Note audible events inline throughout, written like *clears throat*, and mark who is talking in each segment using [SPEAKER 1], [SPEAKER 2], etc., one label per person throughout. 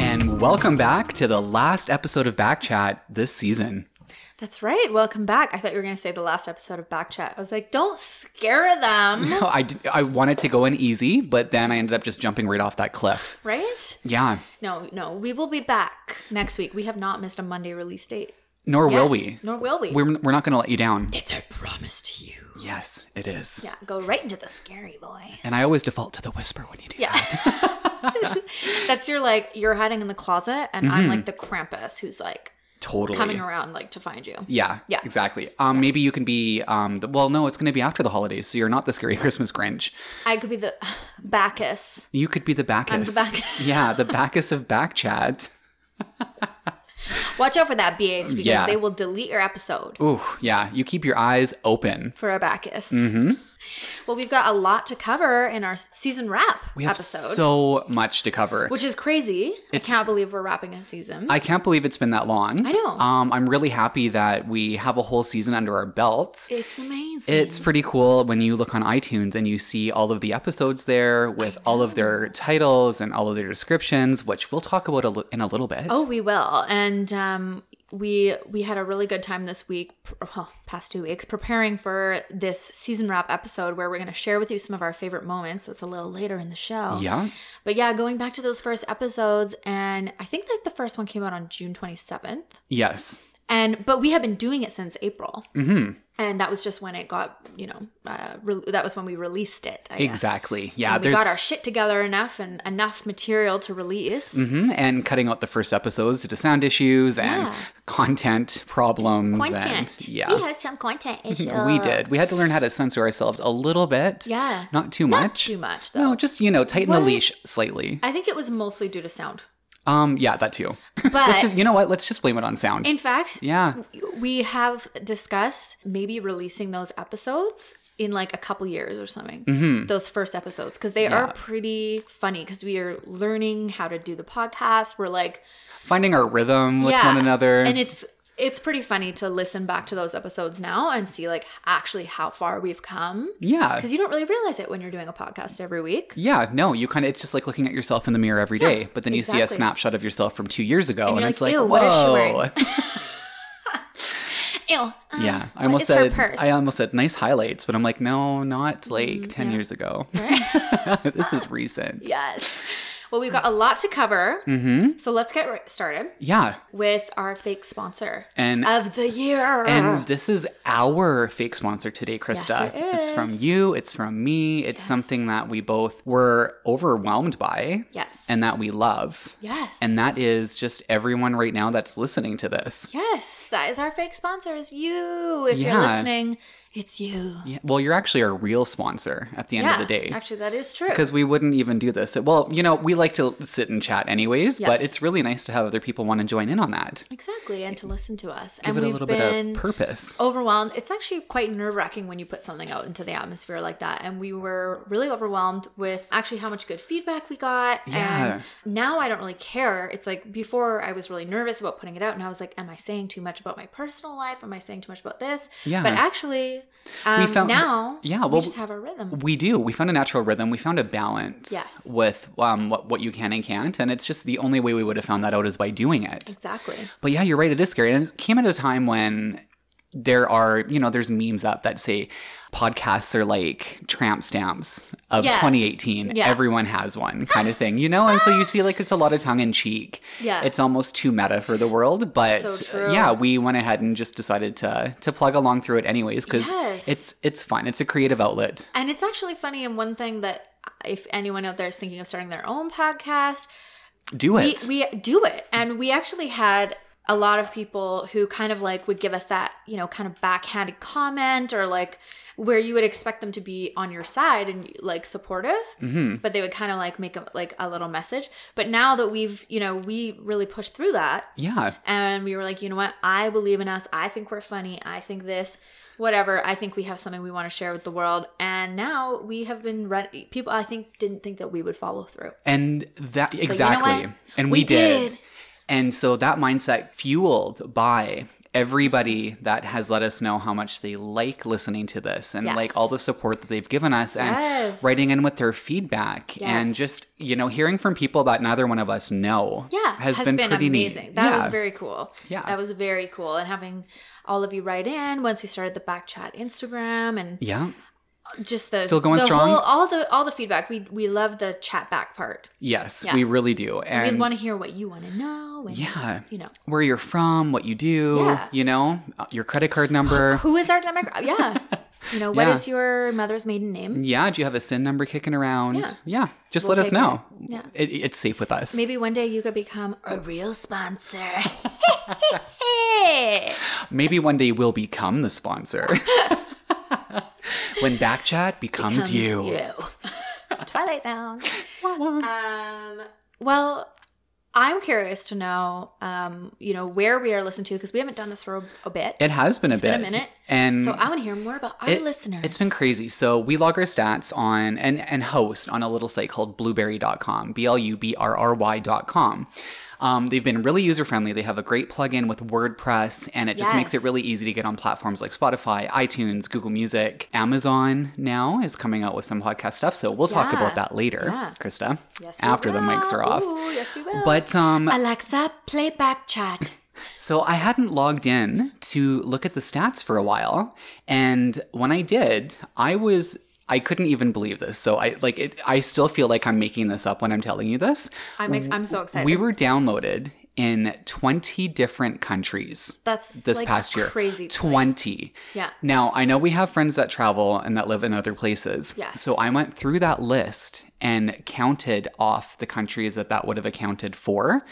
[SPEAKER 1] Welcome back to the last episode of Backchat this season.
[SPEAKER 2] That's right. Welcome back. I thought you were going to say the last episode of Backchat. I was like, don't scare
[SPEAKER 1] *laughs*
[SPEAKER 2] them.
[SPEAKER 1] No, I, d- I wanted to go in easy, but then I ended up just jumping right off that cliff.
[SPEAKER 2] Right?
[SPEAKER 1] Yeah,
[SPEAKER 2] No, no. We will be back next week. We have not missed a Monday release date.
[SPEAKER 1] nor will we.
[SPEAKER 2] yet, Nor will we.
[SPEAKER 1] We're, we're not going to let you down.
[SPEAKER 2] it's a promise to you.
[SPEAKER 1] Yes, it is.
[SPEAKER 2] Yeah, go right into the scary boy.
[SPEAKER 1] And I always default to the whisper when you do
[SPEAKER 2] Yeah.
[SPEAKER 1] that.
[SPEAKER 2] *laughs* That's your like, you're hiding in the closet, and I'm
[SPEAKER 1] Mhm.
[SPEAKER 2] like the Krampus who's like
[SPEAKER 1] Totally.
[SPEAKER 2] coming around like to find you.
[SPEAKER 1] Yeah,
[SPEAKER 2] Yeah.
[SPEAKER 1] exactly. Um, Maybe you can be, um, the, well, no, it's going to be after the holidays, so you're not the scary *laughs* Christmas Grinch.
[SPEAKER 2] I could be the *sighs* Bacchus.
[SPEAKER 1] You could be the Bacchus.
[SPEAKER 2] I'm the
[SPEAKER 1] *laughs*
[SPEAKER 2] Bacchus.
[SPEAKER 1] yeah, the Bacchus of Backchat.
[SPEAKER 2] Watch out for that BH because
[SPEAKER 1] Yeah.
[SPEAKER 2] they will delete your episode
[SPEAKER 1] Ooh, yeah, you keep your eyes open.
[SPEAKER 2] for a Bacchus.
[SPEAKER 1] hmm
[SPEAKER 2] Well, we've got a lot to cover in our season wrap
[SPEAKER 1] We have
[SPEAKER 2] episode,
[SPEAKER 1] so much to cover.
[SPEAKER 2] which is crazy. I
[SPEAKER 1] It's-
[SPEAKER 2] can't believe we're wrapping a season.
[SPEAKER 1] I can't believe it's been that long.
[SPEAKER 2] I know.
[SPEAKER 1] Um, I'm really happy that we have a whole season under our belts.
[SPEAKER 2] it's amazing.
[SPEAKER 1] It's pretty cool when you look on iTunes and you see all of the episodes there with all of their titles and all of their descriptions, which we'll talk about a li- in a little bit.
[SPEAKER 2] oh, we will, and um, we we had a really good time this week, well, past two weeks, preparing for this season wrap episode where we're going to share with you some of our favorite moments. That's a little later in the show.
[SPEAKER 1] yeah.
[SPEAKER 2] But yeah, going back to those first episodes, and I think like the first one came out on June 27th,
[SPEAKER 1] Yes.
[SPEAKER 2] and but we have been doing it since April.
[SPEAKER 1] hmm
[SPEAKER 2] and that was just when it got you know uh, re- that was when we released it I guess.
[SPEAKER 1] Exactly. Yeah.
[SPEAKER 2] and we got our shit together enough and enough material to release
[SPEAKER 1] hmm And cutting out the first episodes due to sound issues and
[SPEAKER 2] Yeah.
[SPEAKER 1] content problems. And,
[SPEAKER 2] content we
[SPEAKER 1] Mm-hmm. yeah.
[SPEAKER 2] had some content
[SPEAKER 1] *laughs* We did. We had to learn how to censor ourselves a little bit.
[SPEAKER 2] yeah
[SPEAKER 1] Not too
[SPEAKER 2] not
[SPEAKER 1] much.
[SPEAKER 2] too much though
[SPEAKER 1] no, just, you know, tighten the
[SPEAKER 2] What?
[SPEAKER 1] leash slightly.
[SPEAKER 2] i think it was mostly due to
[SPEAKER 1] *laughs*
[SPEAKER 2] sound
[SPEAKER 1] Um, yeah, that too.
[SPEAKER 2] but
[SPEAKER 1] Let's just, you know what? Let's just blame it on sound.
[SPEAKER 2] in fact
[SPEAKER 1] yeah.
[SPEAKER 2] we have discussed maybe releasing those episodes in like a couple years or something
[SPEAKER 1] hmm
[SPEAKER 2] those first episodes because they
[SPEAKER 1] Yeah.
[SPEAKER 2] are pretty funny because we are learning how to do the podcast we're like
[SPEAKER 1] Finding our rhythm with
[SPEAKER 2] Yeah,
[SPEAKER 1] one another.
[SPEAKER 2] and it's it's pretty funny to listen back to those episodes now and see like actually how far we've come
[SPEAKER 1] yeah.
[SPEAKER 2] because you don't really realize it when you're doing a podcast every week
[SPEAKER 1] Yeah, no, you kind of, it's just like looking at yourself in the mirror every day, but then you see a
[SPEAKER 2] exactly.
[SPEAKER 1] snapshot of yourself from two years ago, and,
[SPEAKER 2] And you're
[SPEAKER 1] it's like,
[SPEAKER 2] like, "Ew,
[SPEAKER 1] whoa.
[SPEAKER 2] what is she wearing?" *laughs* Ew. uh,
[SPEAKER 1] *laughs* Yeah, I
[SPEAKER 2] what
[SPEAKER 1] almost
[SPEAKER 2] is her
[SPEAKER 1] said
[SPEAKER 2] purse? Mm,
[SPEAKER 1] I um, almost said nice highlights, but I'm like, no, not like ten
[SPEAKER 2] yeah.
[SPEAKER 1] years ago.
[SPEAKER 2] Right?
[SPEAKER 1] *laughs* this is recent.
[SPEAKER 2] yes well we've got a lot to cover
[SPEAKER 1] Mm-hmm.
[SPEAKER 2] so let's get right started
[SPEAKER 1] Yeah,
[SPEAKER 2] with our fake sponsor
[SPEAKER 1] and
[SPEAKER 2] of the year
[SPEAKER 1] and this is our fake sponsor today, Krista.
[SPEAKER 2] Uh-huh. Yes, it
[SPEAKER 1] It's from
[SPEAKER 2] is.
[SPEAKER 1] you. It's from me. It's
[SPEAKER 2] Yes.
[SPEAKER 1] something that we both were overwhelmed by,
[SPEAKER 2] yes
[SPEAKER 1] and that we love,
[SPEAKER 2] yes
[SPEAKER 1] and that is just everyone right now that's listening to this.
[SPEAKER 2] yes that is our fake sponsor is you if
[SPEAKER 1] Yeah.
[SPEAKER 2] you're listening it's you
[SPEAKER 1] Yeah. Well, you're actually our real sponsor at the end of the day.
[SPEAKER 2] actually that is true
[SPEAKER 1] because we wouldn't even do this. Well, you know, we like to sit and chat anyways, but
[SPEAKER 2] Yes.
[SPEAKER 1] it's really nice to have other people want to join in on that.
[SPEAKER 2] Exactly, and to listen to us.
[SPEAKER 1] Give
[SPEAKER 2] and
[SPEAKER 1] it a
[SPEAKER 2] we've
[SPEAKER 1] little
[SPEAKER 2] been
[SPEAKER 1] bit of purpose.
[SPEAKER 2] overwhelmed. It's actually quite nerve wracking when you put something out into the atmosphere like that. And we were really overwhelmed with actually how much good feedback we got.
[SPEAKER 1] Yeah.
[SPEAKER 2] And now I don't really care. It's like before I was really nervous about putting it out, and I was like, "Am I saying too much about my personal life? Am I saying too much about this?"
[SPEAKER 1] Yeah.
[SPEAKER 2] But actually, um,
[SPEAKER 1] found-
[SPEAKER 2] now
[SPEAKER 1] yeah,
[SPEAKER 2] we
[SPEAKER 1] well,
[SPEAKER 2] just have our rhythm.
[SPEAKER 1] we do. We found a natural rhythm. We found a balance
[SPEAKER 2] Yes.
[SPEAKER 1] with um, what, what you can and can't. And it's just the only way we would have found that out is by doing it.
[SPEAKER 2] Exactly.
[SPEAKER 1] But yeah, you're right. It is scary. And it came at a time when there are, you know, there's memes up that say podcasts are like tramp stamps of
[SPEAKER 2] Yeah.
[SPEAKER 1] 2018.
[SPEAKER 2] Yeah.
[SPEAKER 1] Everyone has one kind of thing, you know? And so you see like it's a lot of tongue in cheek.
[SPEAKER 2] Yeah.
[SPEAKER 1] it's almost too meta for the world but uh,
[SPEAKER 2] So true.
[SPEAKER 1] yeah we went ahead and just decided to to plug along through it anyways because
[SPEAKER 2] Yes.
[SPEAKER 1] it's it's fun it's a creative outlet
[SPEAKER 2] And it's actually funny. And one thing that if anyone out there is thinking of starting their own podcast,
[SPEAKER 1] do
[SPEAKER 2] we,
[SPEAKER 1] it
[SPEAKER 2] we do it and we actually had a lot of people who kind of like would give us that you know kind of backhanded comment or like where you would expect them to be on your side and like supportive
[SPEAKER 1] Mhm.
[SPEAKER 2] but they would kind of like make a, like a little message but now that we've you know we really pushed through that
[SPEAKER 1] yeah
[SPEAKER 2] and we were like you know what i believe in us i think we're funny i think this whatever i think we have something we want to share with the world and now we have been ready people i think didn't think that we would follow through
[SPEAKER 1] and that
[SPEAKER 2] what?
[SPEAKER 1] exactly and we,
[SPEAKER 2] We
[SPEAKER 1] did.
[SPEAKER 2] did.
[SPEAKER 1] and so that mindset fueled by everybody that has let us know how much they like listening to this and
[SPEAKER 2] Yes.
[SPEAKER 1] like all the support that they've given us and
[SPEAKER 2] Yes.
[SPEAKER 1] writing in with their feedback
[SPEAKER 2] Yes.
[SPEAKER 1] and just you know hearing from people that neither one of us know
[SPEAKER 2] yeah
[SPEAKER 1] has, been, pretty
[SPEAKER 2] amazing
[SPEAKER 1] neat
[SPEAKER 2] that
[SPEAKER 1] yeah.
[SPEAKER 2] was very cool
[SPEAKER 1] Yeah.
[SPEAKER 2] that was very cool and having all of you write in once we started the back chat instagram and
[SPEAKER 1] yeah
[SPEAKER 2] just the
[SPEAKER 1] Still going
[SPEAKER 2] the
[SPEAKER 1] strong?
[SPEAKER 2] whole- all the all the feedback we we love the chat back part
[SPEAKER 1] yes
[SPEAKER 2] Yeah.
[SPEAKER 1] we really do and
[SPEAKER 2] we want to hear what you want to know and
[SPEAKER 1] yeah
[SPEAKER 2] you know
[SPEAKER 1] where you're from what you do
[SPEAKER 2] Yeah.
[SPEAKER 1] you know uh, your credit card number
[SPEAKER 2] who is our
[SPEAKER 1] *laughs*
[SPEAKER 2] demographic yeah you know what is
[SPEAKER 1] Yeah.
[SPEAKER 2] your mother's maiden name
[SPEAKER 1] yeah do you have a sin number kicking around
[SPEAKER 2] Yeah.
[SPEAKER 1] yeah, just
[SPEAKER 2] We'll
[SPEAKER 1] let us
[SPEAKER 2] take
[SPEAKER 1] know
[SPEAKER 2] it. Yeah.
[SPEAKER 1] It, it's safe with us
[SPEAKER 2] maybe one day you could become a real
[SPEAKER 1] *laughs*
[SPEAKER 2] sponsor
[SPEAKER 1] Maybe one day we'll become the
[SPEAKER 2] *laughs*
[SPEAKER 1] sponsor. when Backchat becomes,
[SPEAKER 2] Comes
[SPEAKER 1] you.
[SPEAKER 2] *laughs* twilight zone
[SPEAKER 1] Wah, wah.
[SPEAKER 2] Um, well, I'm curious to know, um, you know, where we are listened to because we haven't done this for a, a bit.
[SPEAKER 1] It has been a bit.
[SPEAKER 2] been a minute.
[SPEAKER 1] And
[SPEAKER 2] so I want to hear more about our
[SPEAKER 1] Um, it-
[SPEAKER 2] listeners.
[SPEAKER 1] it's been crazy. So we log our stats on and, and host on a little site called blueberry.com, B L U B R R Y.com. Um, they've been really user friendly. They have a great plugin with WordPress, and it just makes
[SPEAKER 2] Yes.
[SPEAKER 1] it really easy to get on platforms like Spotify, iTunes, Google Music. Amazon now is coming out with some podcast stuff, so we'll talk
[SPEAKER 2] Yeah.
[SPEAKER 1] about that later,
[SPEAKER 2] Yeah.
[SPEAKER 1] Krista,
[SPEAKER 2] Yes, we
[SPEAKER 1] after the
[SPEAKER 2] will.
[SPEAKER 1] mics are off.
[SPEAKER 2] Ooh, yes, we will.
[SPEAKER 1] But um,
[SPEAKER 2] Alexa, play back chat.
[SPEAKER 1] so I hadn't logged in to look at the stats for a while, and when I did, I was I couldn't even believe this. So I like it. I still feel like I'm making this up when I'm telling you this.
[SPEAKER 2] I'm ex- I'm so excited.
[SPEAKER 1] We were downloaded in 20 different countries
[SPEAKER 2] That's
[SPEAKER 1] this
[SPEAKER 2] like,
[SPEAKER 1] past year.
[SPEAKER 2] crazy.
[SPEAKER 1] 20.
[SPEAKER 2] Yeah.
[SPEAKER 1] Now, I know we have friends that travel and that live in other places.
[SPEAKER 2] Yes.
[SPEAKER 1] So I went through that list and counted off the countries that that would have accounted for.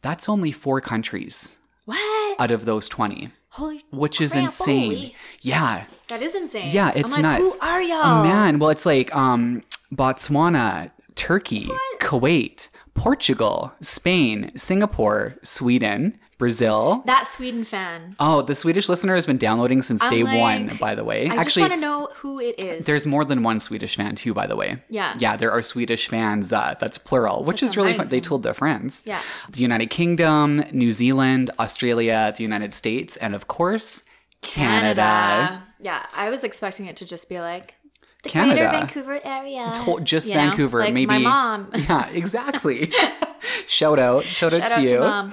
[SPEAKER 1] That's only four countries
[SPEAKER 2] What?
[SPEAKER 1] out of those 20
[SPEAKER 2] Holy.
[SPEAKER 1] which is
[SPEAKER 2] Crap,
[SPEAKER 1] insane.
[SPEAKER 2] holy.
[SPEAKER 1] Yeah.
[SPEAKER 2] That is insane.
[SPEAKER 1] Yeah, it's
[SPEAKER 2] I'm like, Who
[SPEAKER 1] nuts.
[SPEAKER 2] are y'all?
[SPEAKER 1] Oh. man, well it's like um Botswana, Turkey, Kuwait, Portugal, Spain, Singapore, Sweden, Brazil.
[SPEAKER 2] That Sweden fan.
[SPEAKER 1] Oh, the Swedish listener has been downloading since
[SPEAKER 2] I'm
[SPEAKER 1] day
[SPEAKER 2] like-
[SPEAKER 1] 1, by the way.
[SPEAKER 2] I just
[SPEAKER 1] Actually,
[SPEAKER 2] want to know who it is.
[SPEAKER 1] there's more than one Swedish fan too, by the way.
[SPEAKER 2] Yeah.
[SPEAKER 1] Yeah, there are Swedish fans. Uh, that's plural, which
[SPEAKER 2] That's
[SPEAKER 1] is really fun. They
[SPEAKER 2] amazing.
[SPEAKER 1] told their friends.
[SPEAKER 2] Yeah.
[SPEAKER 1] The United Kingdom, New Zealand, Australia, the United States, and of course, Canada.
[SPEAKER 2] Yeah, I was expecting it to just be like the
[SPEAKER 1] Canada.
[SPEAKER 2] greater Vancouver area.
[SPEAKER 1] To- just
[SPEAKER 2] Uh, you know?
[SPEAKER 1] Vancouver,
[SPEAKER 2] Like
[SPEAKER 1] maybe.
[SPEAKER 2] my
[SPEAKER 1] *laughs*
[SPEAKER 2] mom.
[SPEAKER 1] Yeah,
[SPEAKER 2] *laughs*
[SPEAKER 1] exactly. shout out, shout out
[SPEAKER 2] Shout
[SPEAKER 1] to
[SPEAKER 2] out
[SPEAKER 1] you.
[SPEAKER 2] to
[SPEAKER 1] *laughs*
[SPEAKER 2] mom.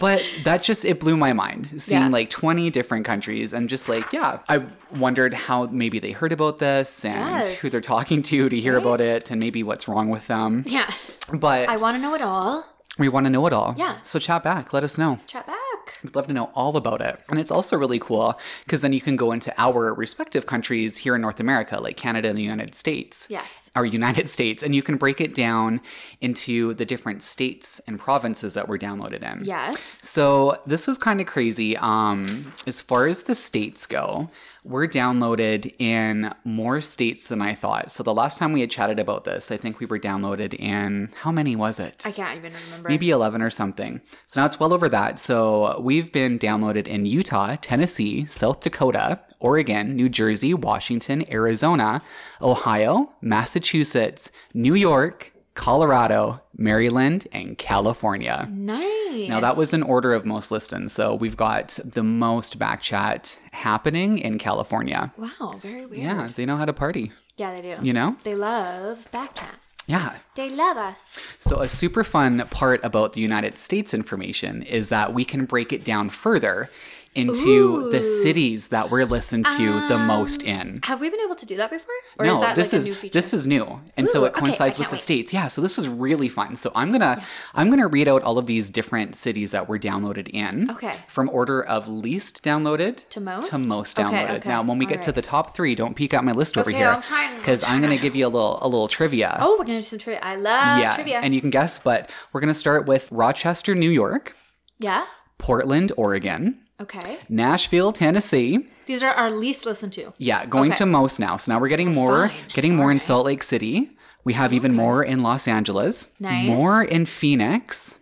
[SPEAKER 1] But that just it blew my mind seeing
[SPEAKER 2] Yeah.
[SPEAKER 1] like 20 different countries and just like yeah, I wondered how maybe they heard about this and
[SPEAKER 2] Yes.
[SPEAKER 1] who they're talking to to hear about
[SPEAKER 2] Right.
[SPEAKER 1] it and maybe what's wrong with them.
[SPEAKER 2] Yeah,
[SPEAKER 1] But
[SPEAKER 2] I want to know it all.
[SPEAKER 1] we want to know it all.
[SPEAKER 2] Yeah.
[SPEAKER 1] So chat back, let us know.
[SPEAKER 2] Chat back.
[SPEAKER 1] We'd love to know all about it. And it's also really cool because then you can go into our respective countries here in North America, like Canada and the United States.
[SPEAKER 2] Yes.
[SPEAKER 1] our United *laughs* States, and you can break it down into the different states and provinces that were downloaded in.
[SPEAKER 2] Yes.
[SPEAKER 1] So this was kind of crazy. Um, as far as the states go, we're downloaded in more states than I thought. So the last time we had chatted about this, I think we were downloaded in how many was it?
[SPEAKER 2] I can't even remember.
[SPEAKER 1] Maybe 11 or something. So now it's well over that. So we've been downloaded in Utah, Tennessee, South Dakota, Oregon, New Jersey, Washington, Arizona, Ohio, Massachusetts, New York, Colorado, Maryland, and California.
[SPEAKER 2] Nice.
[SPEAKER 1] Now that was an order of most listens. So we've got the most back chat happening in California.
[SPEAKER 2] Wow, very weird.
[SPEAKER 1] Yeah, they know how to party,
[SPEAKER 2] Yeah, they do.
[SPEAKER 1] you know?
[SPEAKER 2] They love Backchat.
[SPEAKER 1] Yeah.
[SPEAKER 2] They love us.
[SPEAKER 1] So, a super fun part about the United States information is that we can break it down further into
[SPEAKER 2] Ooh.
[SPEAKER 1] the cities that we're listened to the most in.
[SPEAKER 2] Have we been able to do that before? Or
[SPEAKER 1] no,
[SPEAKER 2] is that
[SPEAKER 1] this
[SPEAKER 2] like
[SPEAKER 1] is
[SPEAKER 2] a new feature?
[SPEAKER 1] this is new, and
[SPEAKER 2] Ooh,
[SPEAKER 1] so it
[SPEAKER 2] okay, I
[SPEAKER 1] coincides with
[SPEAKER 2] can't
[SPEAKER 1] the
[SPEAKER 2] wait.
[SPEAKER 1] states. Yeah, so this was really fun. So I'm gonna I'm gonna read out all of these different cities that were downloaded in.
[SPEAKER 2] Okay.
[SPEAKER 1] From order of least downloaded
[SPEAKER 2] To most?
[SPEAKER 1] to most
[SPEAKER 2] Okay,
[SPEAKER 1] downloaded.
[SPEAKER 2] okay,
[SPEAKER 1] Now, when we get to
[SPEAKER 2] alright.
[SPEAKER 1] the top three, don't peek at my list over
[SPEAKER 2] Okay,
[SPEAKER 1] here
[SPEAKER 2] I'm trying- I'm
[SPEAKER 1] because I'm gonna give you a little a little trivia
[SPEAKER 2] Oh, we're gonna do some trivia. I love
[SPEAKER 1] yeah,
[SPEAKER 2] Uh, trivia.
[SPEAKER 1] and you can guess, but we're going to start with Rochester, New York,
[SPEAKER 2] yeah.
[SPEAKER 1] Portland, Oregon,
[SPEAKER 2] Okay.
[SPEAKER 1] Nashville, Tennessee.
[SPEAKER 2] These are our least listened to.
[SPEAKER 1] Yeah, going
[SPEAKER 2] Okay.
[SPEAKER 1] to most now. So now we're getting more,
[SPEAKER 2] Fine.
[SPEAKER 1] getting more in Salt Lake City. We have even more in Los Angeles,
[SPEAKER 2] Nice.
[SPEAKER 1] more in Phoenix,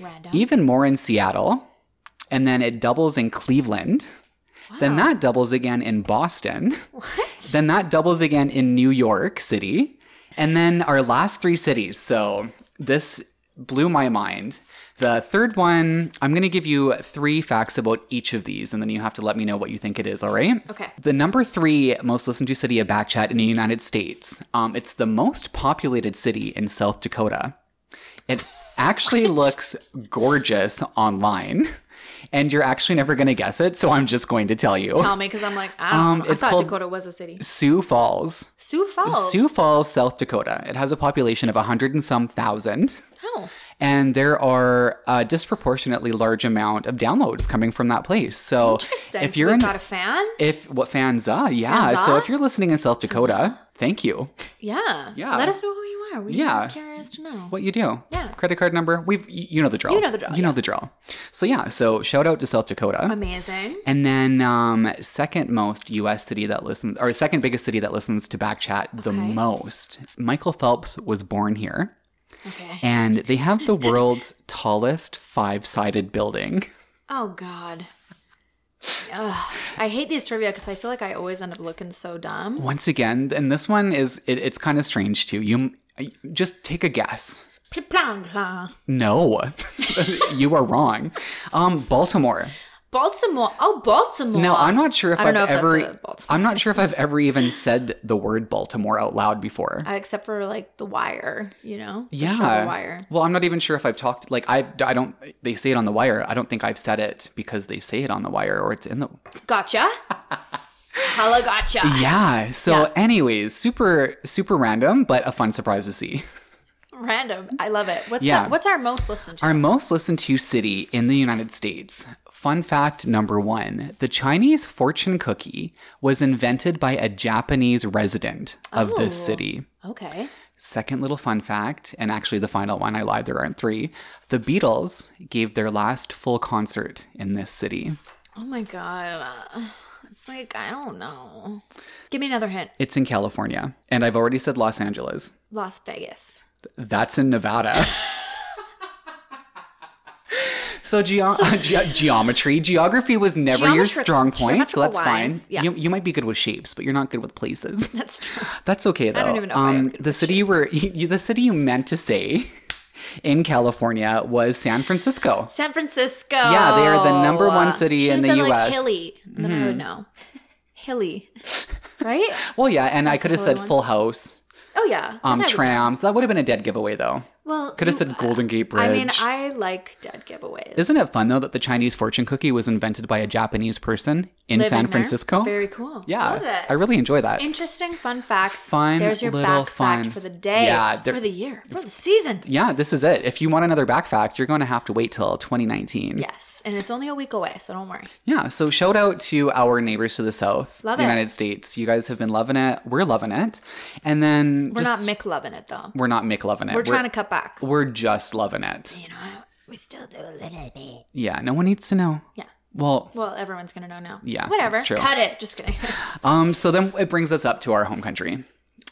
[SPEAKER 2] Random.
[SPEAKER 1] even more in Seattle, and then it doubles in Cleveland. Then
[SPEAKER 2] Wow.
[SPEAKER 1] that doubles again in Boston.
[SPEAKER 2] *laughs*
[SPEAKER 1] *laughs*
[SPEAKER 2] What?
[SPEAKER 1] then that doubles again in New York City, and then our last three cities. So this blew my mind. The third one, I'm going to give you three facts about each of these, and then you have to let me know what you think it is, all right?
[SPEAKER 2] Okay.
[SPEAKER 1] The number three most listened to city of Backchat in the United States. Um, it's the most populated city in South Dakota. It actually looks gorgeous online, and you're actually never going to guess it, so I'm just going to tell you.
[SPEAKER 2] Tell me, because I'm like, I don't
[SPEAKER 1] Um,
[SPEAKER 2] know. I
[SPEAKER 1] it's
[SPEAKER 2] thought
[SPEAKER 1] called-
[SPEAKER 2] Dakota was a city.
[SPEAKER 1] Sioux Falls.
[SPEAKER 2] Sioux Falls.
[SPEAKER 1] Sioux Falls, South Dakota. It has a population of 100 and some thousand.
[SPEAKER 2] Oh,
[SPEAKER 1] and there are a disproportionately large amount of downloads coming from that place. So
[SPEAKER 2] interesting.
[SPEAKER 1] if
[SPEAKER 2] So
[SPEAKER 1] you're
[SPEAKER 2] we've
[SPEAKER 1] in,
[SPEAKER 2] got a fan,
[SPEAKER 1] if what fans are, yeah.
[SPEAKER 2] Fans
[SPEAKER 1] So
[SPEAKER 2] are?
[SPEAKER 1] if you're listening in South Dakota, thank you.
[SPEAKER 2] yeah,
[SPEAKER 1] Yeah.
[SPEAKER 2] Let us know who you are. We
[SPEAKER 1] Yeah.
[SPEAKER 2] are curious to know.
[SPEAKER 1] What you do?
[SPEAKER 2] Yeah.
[SPEAKER 1] Credit card number. We've y- you know the draw.
[SPEAKER 2] You know the draw,
[SPEAKER 1] You know the draw. So yeah. So shout out to South Dakota.
[SPEAKER 2] Amazing.
[SPEAKER 1] and then um, second most U.S. city that listens, or second biggest city that listens to Backchat the
[SPEAKER 2] Okay.
[SPEAKER 1] most. Michael Phelps was born here,
[SPEAKER 2] Okay.
[SPEAKER 1] and they have the world's tallest five-sided building.
[SPEAKER 2] Oh God. Ugh. I hate these trivia because I feel like I always end up looking so dumb.
[SPEAKER 1] once again and this one is it, it's kind of strange too you just take a guess
[SPEAKER 2] Plip-plong-plong.
[SPEAKER 1] no *laughs* you are wrong um baltimore
[SPEAKER 2] Baltimore. Oh, Baltimore.
[SPEAKER 1] now i'm not sure if
[SPEAKER 2] I don't
[SPEAKER 1] i've
[SPEAKER 2] know if
[SPEAKER 1] ever
[SPEAKER 2] that's a Baltimore.
[SPEAKER 1] i'm not sure if i've ever even said the word baltimore out loud before
[SPEAKER 2] Uh, except for like the wire, you know? The show
[SPEAKER 1] yeah
[SPEAKER 2] The wire.
[SPEAKER 1] well i'm not even sure if i've talked like i i don't they say it on the wire i don't think i've said it because they say it on the wire or it's in the *laughs*
[SPEAKER 2] Gotcha. Hella gotcha.
[SPEAKER 1] yeah so
[SPEAKER 2] Yeah.
[SPEAKER 1] anyways super super random but a fun surprise to see
[SPEAKER 2] Random. I love it. What's
[SPEAKER 1] Yeah.
[SPEAKER 2] that? What's our most listened to?
[SPEAKER 1] Our most listened to city in the United States. Fun fact number one the Chinese fortune cookie was invented by a Japanese resident of this
[SPEAKER 2] Oh.
[SPEAKER 1] city.
[SPEAKER 2] okay.
[SPEAKER 1] Second little fun fact, and actually the final one, I lied, there aren't three. The Beatles gave their last full concert in this city.
[SPEAKER 2] Oh my god. Uh, It's like I don't know. Give me another hint.
[SPEAKER 1] It's in California, and I've already said Los Angeles.
[SPEAKER 2] Las Vegas. *laughs*
[SPEAKER 1] That's in Nevada. so ge- uh, ge- geometry, geography was never your
[SPEAKER 2] Geometri-
[SPEAKER 1] strong point, so that's
[SPEAKER 2] geometrical-wise,
[SPEAKER 1] fine.
[SPEAKER 2] yeah.
[SPEAKER 1] You, you might be good with shapes, but you're not good with
[SPEAKER 2] *laughs*
[SPEAKER 1] places.
[SPEAKER 2] That's true.
[SPEAKER 1] *laughs* That's okay though.
[SPEAKER 2] don't even know if I am
[SPEAKER 1] um,
[SPEAKER 2] good
[SPEAKER 1] the
[SPEAKER 2] with
[SPEAKER 1] city you
[SPEAKER 2] shapes.
[SPEAKER 1] were, you, the city you meant to say in California was San Francisco.
[SPEAKER 2] San Francisco.
[SPEAKER 1] Yeah, they are the number one city in
[SPEAKER 2] Should've
[SPEAKER 1] the Mm-hmm.
[SPEAKER 2] said, Like
[SPEAKER 1] US.
[SPEAKER 2] hilly. And then I would know.
[SPEAKER 1] *laughs*
[SPEAKER 2] Hilly. Right?
[SPEAKER 1] Well, yeah, and I
[SPEAKER 2] That's
[SPEAKER 1] could have
[SPEAKER 2] the other
[SPEAKER 1] said
[SPEAKER 2] one.
[SPEAKER 1] Full House,
[SPEAKER 2] Oh yeah.
[SPEAKER 1] um,
[SPEAKER 2] Then I would-
[SPEAKER 1] trams. That would have been a dead giveaway though.
[SPEAKER 2] Well,
[SPEAKER 1] Could have
[SPEAKER 2] you- uh,
[SPEAKER 1] said Golden Gate Bridge.
[SPEAKER 2] I mean, I like dead giveaways.
[SPEAKER 1] Isn't it fun though that the Chinese fortune cookie was invented by a Japanese person in
[SPEAKER 2] Living
[SPEAKER 1] San
[SPEAKER 2] there.
[SPEAKER 1] Francisco?
[SPEAKER 2] Very cool.
[SPEAKER 1] Yeah,
[SPEAKER 2] Love it.
[SPEAKER 1] I really enjoy that.
[SPEAKER 2] interesting fun facts.
[SPEAKER 1] Fun
[SPEAKER 2] There's your
[SPEAKER 1] little
[SPEAKER 2] back
[SPEAKER 1] fun.
[SPEAKER 2] fact for the day,
[SPEAKER 1] Yeah, there-
[SPEAKER 2] for the year, for the season.
[SPEAKER 1] yeah, this is it. If you want another back fact, you're going to have to wait till 2019.
[SPEAKER 2] Yes, and it's only a week away, so don't worry.
[SPEAKER 1] Yeah, So shout out to our neighbors to the south,
[SPEAKER 2] Love
[SPEAKER 1] the
[SPEAKER 2] it.
[SPEAKER 1] United States. You guys have been loving it. We're loving it, and then
[SPEAKER 2] We're
[SPEAKER 1] just-
[SPEAKER 2] not Mick loving it though.
[SPEAKER 1] we're not Mick loving it.
[SPEAKER 2] We're trying to cut back.
[SPEAKER 1] We're just loving it.
[SPEAKER 2] You know, we still do a little bit.
[SPEAKER 1] Yeah. No one needs to know.
[SPEAKER 2] Yeah.
[SPEAKER 1] Well,
[SPEAKER 2] Well, everyone's gonna know now.
[SPEAKER 1] Yeah,
[SPEAKER 2] whatever.
[SPEAKER 1] that's true.
[SPEAKER 2] Cut it. Just kidding. *laughs*
[SPEAKER 1] um. So then it brings us up to our home country.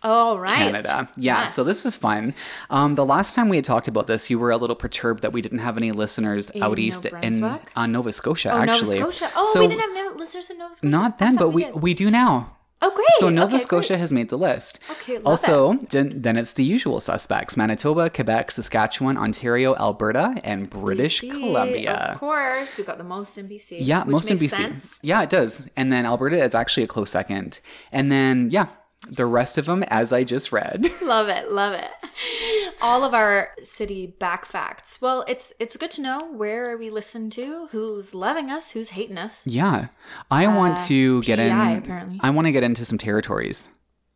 [SPEAKER 2] All right.
[SPEAKER 1] Canada. Yeah,
[SPEAKER 2] Yes.
[SPEAKER 1] so this is fun. Um, the last time we had talked about this, you were a little perturbed that we didn't have any listeners out
[SPEAKER 2] New
[SPEAKER 1] east in
[SPEAKER 2] Brunswick?
[SPEAKER 1] uh, Nova Scotia,
[SPEAKER 2] Oh, Nova
[SPEAKER 1] actually.
[SPEAKER 2] Scotia. Oh,
[SPEAKER 1] So-
[SPEAKER 2] we didn't have no listeners in Nova Scotia.
[SPEAKER 1] Not
[SPEAKER 2] I
[SPEAKER 1] then,
[SPEAKER 2] thought
[SPEAKER 1] but we,
[SPEAKER 2] did.
[SPEAKER 1] we, do now.
[SPEAKER 2] Oh, great.
[SPEAKER 1] So Nova
[SPEAKER 2] Okay,
[SPEAKER 1] Scotia
[SPEAKER 2] great.
[SPEAKER 1] has made the list.
[SPEAKER 2] Okay. Love it.
[SPEAKER 1] Also, then, then it's the usual suspects Manitoba, Quebec, Saskatchewan, Ontario, Alberta, and British
[SPEAKER 2] BC, Of
[SPEAKER 1] Columbia.
[SPEAKER 2] course, we got the most in BC.
[SPEAKER 1] Yeah,
[SPEAKER 2] which
[SPEAKER 1] most in BC.
[SPEAKER 2] makes sense.
[SPEAKER 1] Yeah, it does. And then Alberta is actually a close second. And then, yeah, the rest of them, as I just read. *laughs*
[SPEAKER 2] Love it, love it. All of our city back facts. Well, it's it's good to know where we listen to, who's loving us, who's hating us.
[SPEAKER 1] Yeah. I want
[SPEAKER 2] Uh,
[SPEAKER 1] to get
[SPEAKER 2] PEI,
[SPEAKER 1] in
[SPEAKER 2] apparently.
[SPEAKER 1] I want to get into some territories.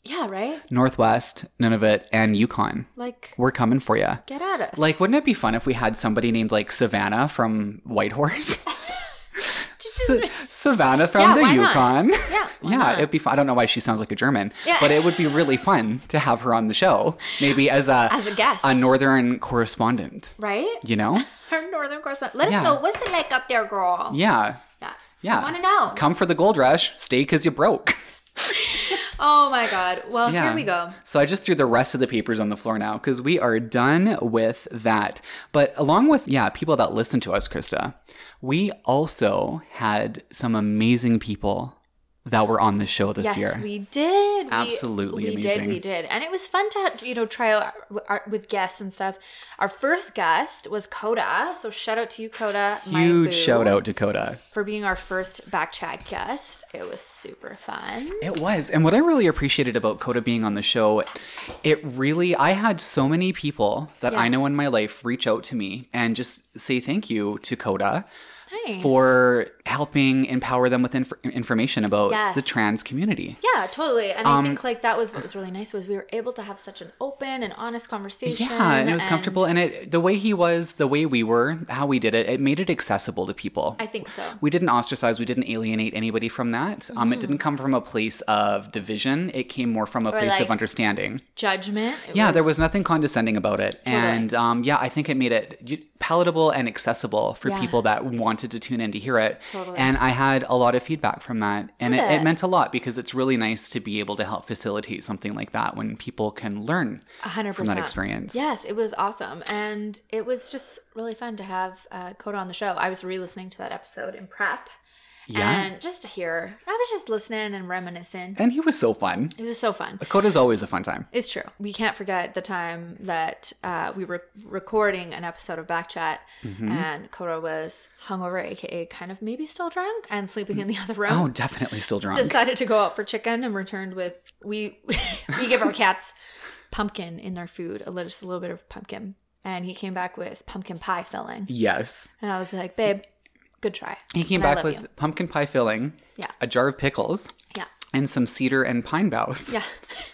[SPEAKER 2] Yeah, right.
[SPEAKER 1] Northwest, Nunavut, and Yukon.
[SPEAKER 2] Like,
[SPEAKER 1] We're coming for you.
[SPEAKER 2] get at us.
[SPEAKER 1] Like wouldn't it be fun if we had somebody named like Savannah from
[SPEAKER 2] *laughs*
[SPEAKER 1] Whitehorse?
[SPEAKER 2] Just- just-
[SPEAKER 1] Sa- *laughs* Savannah from
[SPEAKER 2] Yeah,
[SPEAKER 1] the
[SPEAKER 2] why not?
[SPEAKER 1] Yukon.
[SPEAKER 2] yeah,
[SPEAKER 1] *laughs*
[SPEAKER 2] why
[SPEAKER 1] Yeah,
[SPEAKER 2] not?
[SPEAKER 1] it'd be fun. I don't know why she sounds like a German,
[SPEAKER 2] Yeah.
[SPEAKER 1] but it would be really fun to have her on the show, maybe as a
[SPEAKER 2] as a guest,
[SPEAKER 1] a northern correspondent,
[SPEAKER 2] right?
[SPEAKER 1] you know?
[SPEAKER 2] *laughs* Our northern correspondent. Let
[SPEAKER 1] Yeah.
[SPEAKER 2] us know what's it like up there, girl.
[SPEAKER 1] Yeah.
[SPEAKER 2] yeah.
[SPEAKER 1] Yeah.
[SPEAKER 2] Want to know?
[SPEAKER 1] Come for the gold rush, stay cuz you broke. *laughs*
[SPEAKER 2] Oh my God. Well,
[SPEAKER 1] Yeah.
[SPEAKER 2] here we go.
[SPEAKER 1] So I just threw the rest of the papers on the floor now because we are done with that. But along with, yeah, people that listen to us, Krista, we also had some amazing people that were on the show this
[SPEAKER 2] yes,
[SPEAKER 1] year.
[SPEAKER 2] we did. We-
[SPEAKER 1] Absolutely
[SPEAKER 2] we,
[SPEAKER 1] amazing.
[SPEAKER 2] did. We did, and it was fun to you know try out our- our- with guests and stuff. Our first guest was Coda, so shout out to you, Coda. my
[SPEAKER 1] Huge
[SPEAKER 2] boo,
[SPEAKER 1] shout out Dakota.
[SPEAKER 2] for being our first back chat guest. It was super fun.
[SPEAKER 1] It was. And what I really appreciated about Coda being on the show, it really, I had so many people that
[SPEAKER 2] Yeah.
[SPEAKER 1] I know in my life reach out to me and just say thank you to Coda
[SPEAKER 2] Nice.
[SPEAKER 1] for helping empower them with inf- information about
[SPEAKER 2] Yes.
[SPEAKER 1] the trans community.
[SPEAKER 2] yeah, totally. And
[SPEAKER 1] Um,
[SPEAKER 2] I think like that was what was really nice was we were able to have such an open and honest conversation.
[SPEAKER 1] Yeah, and it was comfortable. And it, the way he was, the way we were, how we did it, it made it accessible to people.
[SPEAKER 2] I think so.
[SPEAKER 1] we didn't ostracize, we didn't alienate anybody from that. Um,
[SPEAKER 2] Mm-hmm.
[SPEAKER 1] it didn't come from a place of division, it came more from a place
[SPEAKER 2] like,
[SPEAKER 1] of understanding.
[SPEAKER 2] Judgment. It
[SPEAKER 1] Yeah, there was nothing condescending about it. And um, yeah, I think it made it y- palatable and accessible for
[SPEAKER 2] Yeah.
[SPEAKER 1] people that wanted to tune in to hear it.
[SPEAKER 2] Totally.
[SPEAKER 1] And I had a lot of feedback from that. And it,
[SPEAKER 2] Love
[SPEAKER 1] it
[SPEAKER 2] it.
[SPEAKER 1] meant a lot because it's really nice to be able to help facilitate something like that when people can learn
[SPEAKER 2] hundred
[SPEAKER 1] from that
[SPEAKER 2] percent.
[SPEAKER 1] experience.
[SPEAKER 2] Yes, it was awesome, and it was just really fun to have uh, Coda on the show. I was re-listening to that episode in prep,
[SPEAKER 1] Yeah.
[SPEAKER 2] and just to hear, I was just listening and reminiscing.
[SPEAKER 1] And he was so fun.
[SPEAKER 2] It was so fun.
[SPEAKER 1] Coda's always a fun time.
[SPEAKER 2] It's true. We can't forget the time that uh, we were recording an episode of Backchat,
[SPEAKER 1] Mm-hmm.
[SPEAKER 2] and Coda was hungover, aka kind of maybe still drunk, and sleeping in the other room. *laughs*
[SPEAKER 1] Oh, definitely still drunk.
[SPEAKER 2] Decided to go out for chicken and returned with we *laughs* we give our cats pumpkin in their food, a little, just a little bit of pumpkin, and he came back with pumpkin pie filling,
[SPEAKER 1] yes.
[SPEAKER 2] and I was like, babe, good try.
[SPEAKER 1] He came
[SPEAKER 2] And I
[SPEAKER 1] back
[SPEAKER 2] love
[SPEAKER 1] with
[SPEAKER 2] you.
[SPEAKER 1] pumpkin pie filling,
[SPEAKER 2] Yeah.
[SPEAKER 1] a jar of pickles,
[SPEAKER 2] yeah,
[SPEAKER 1] and some cedar and pine boughs.
[SPEAKER 2] yeah, *laughs*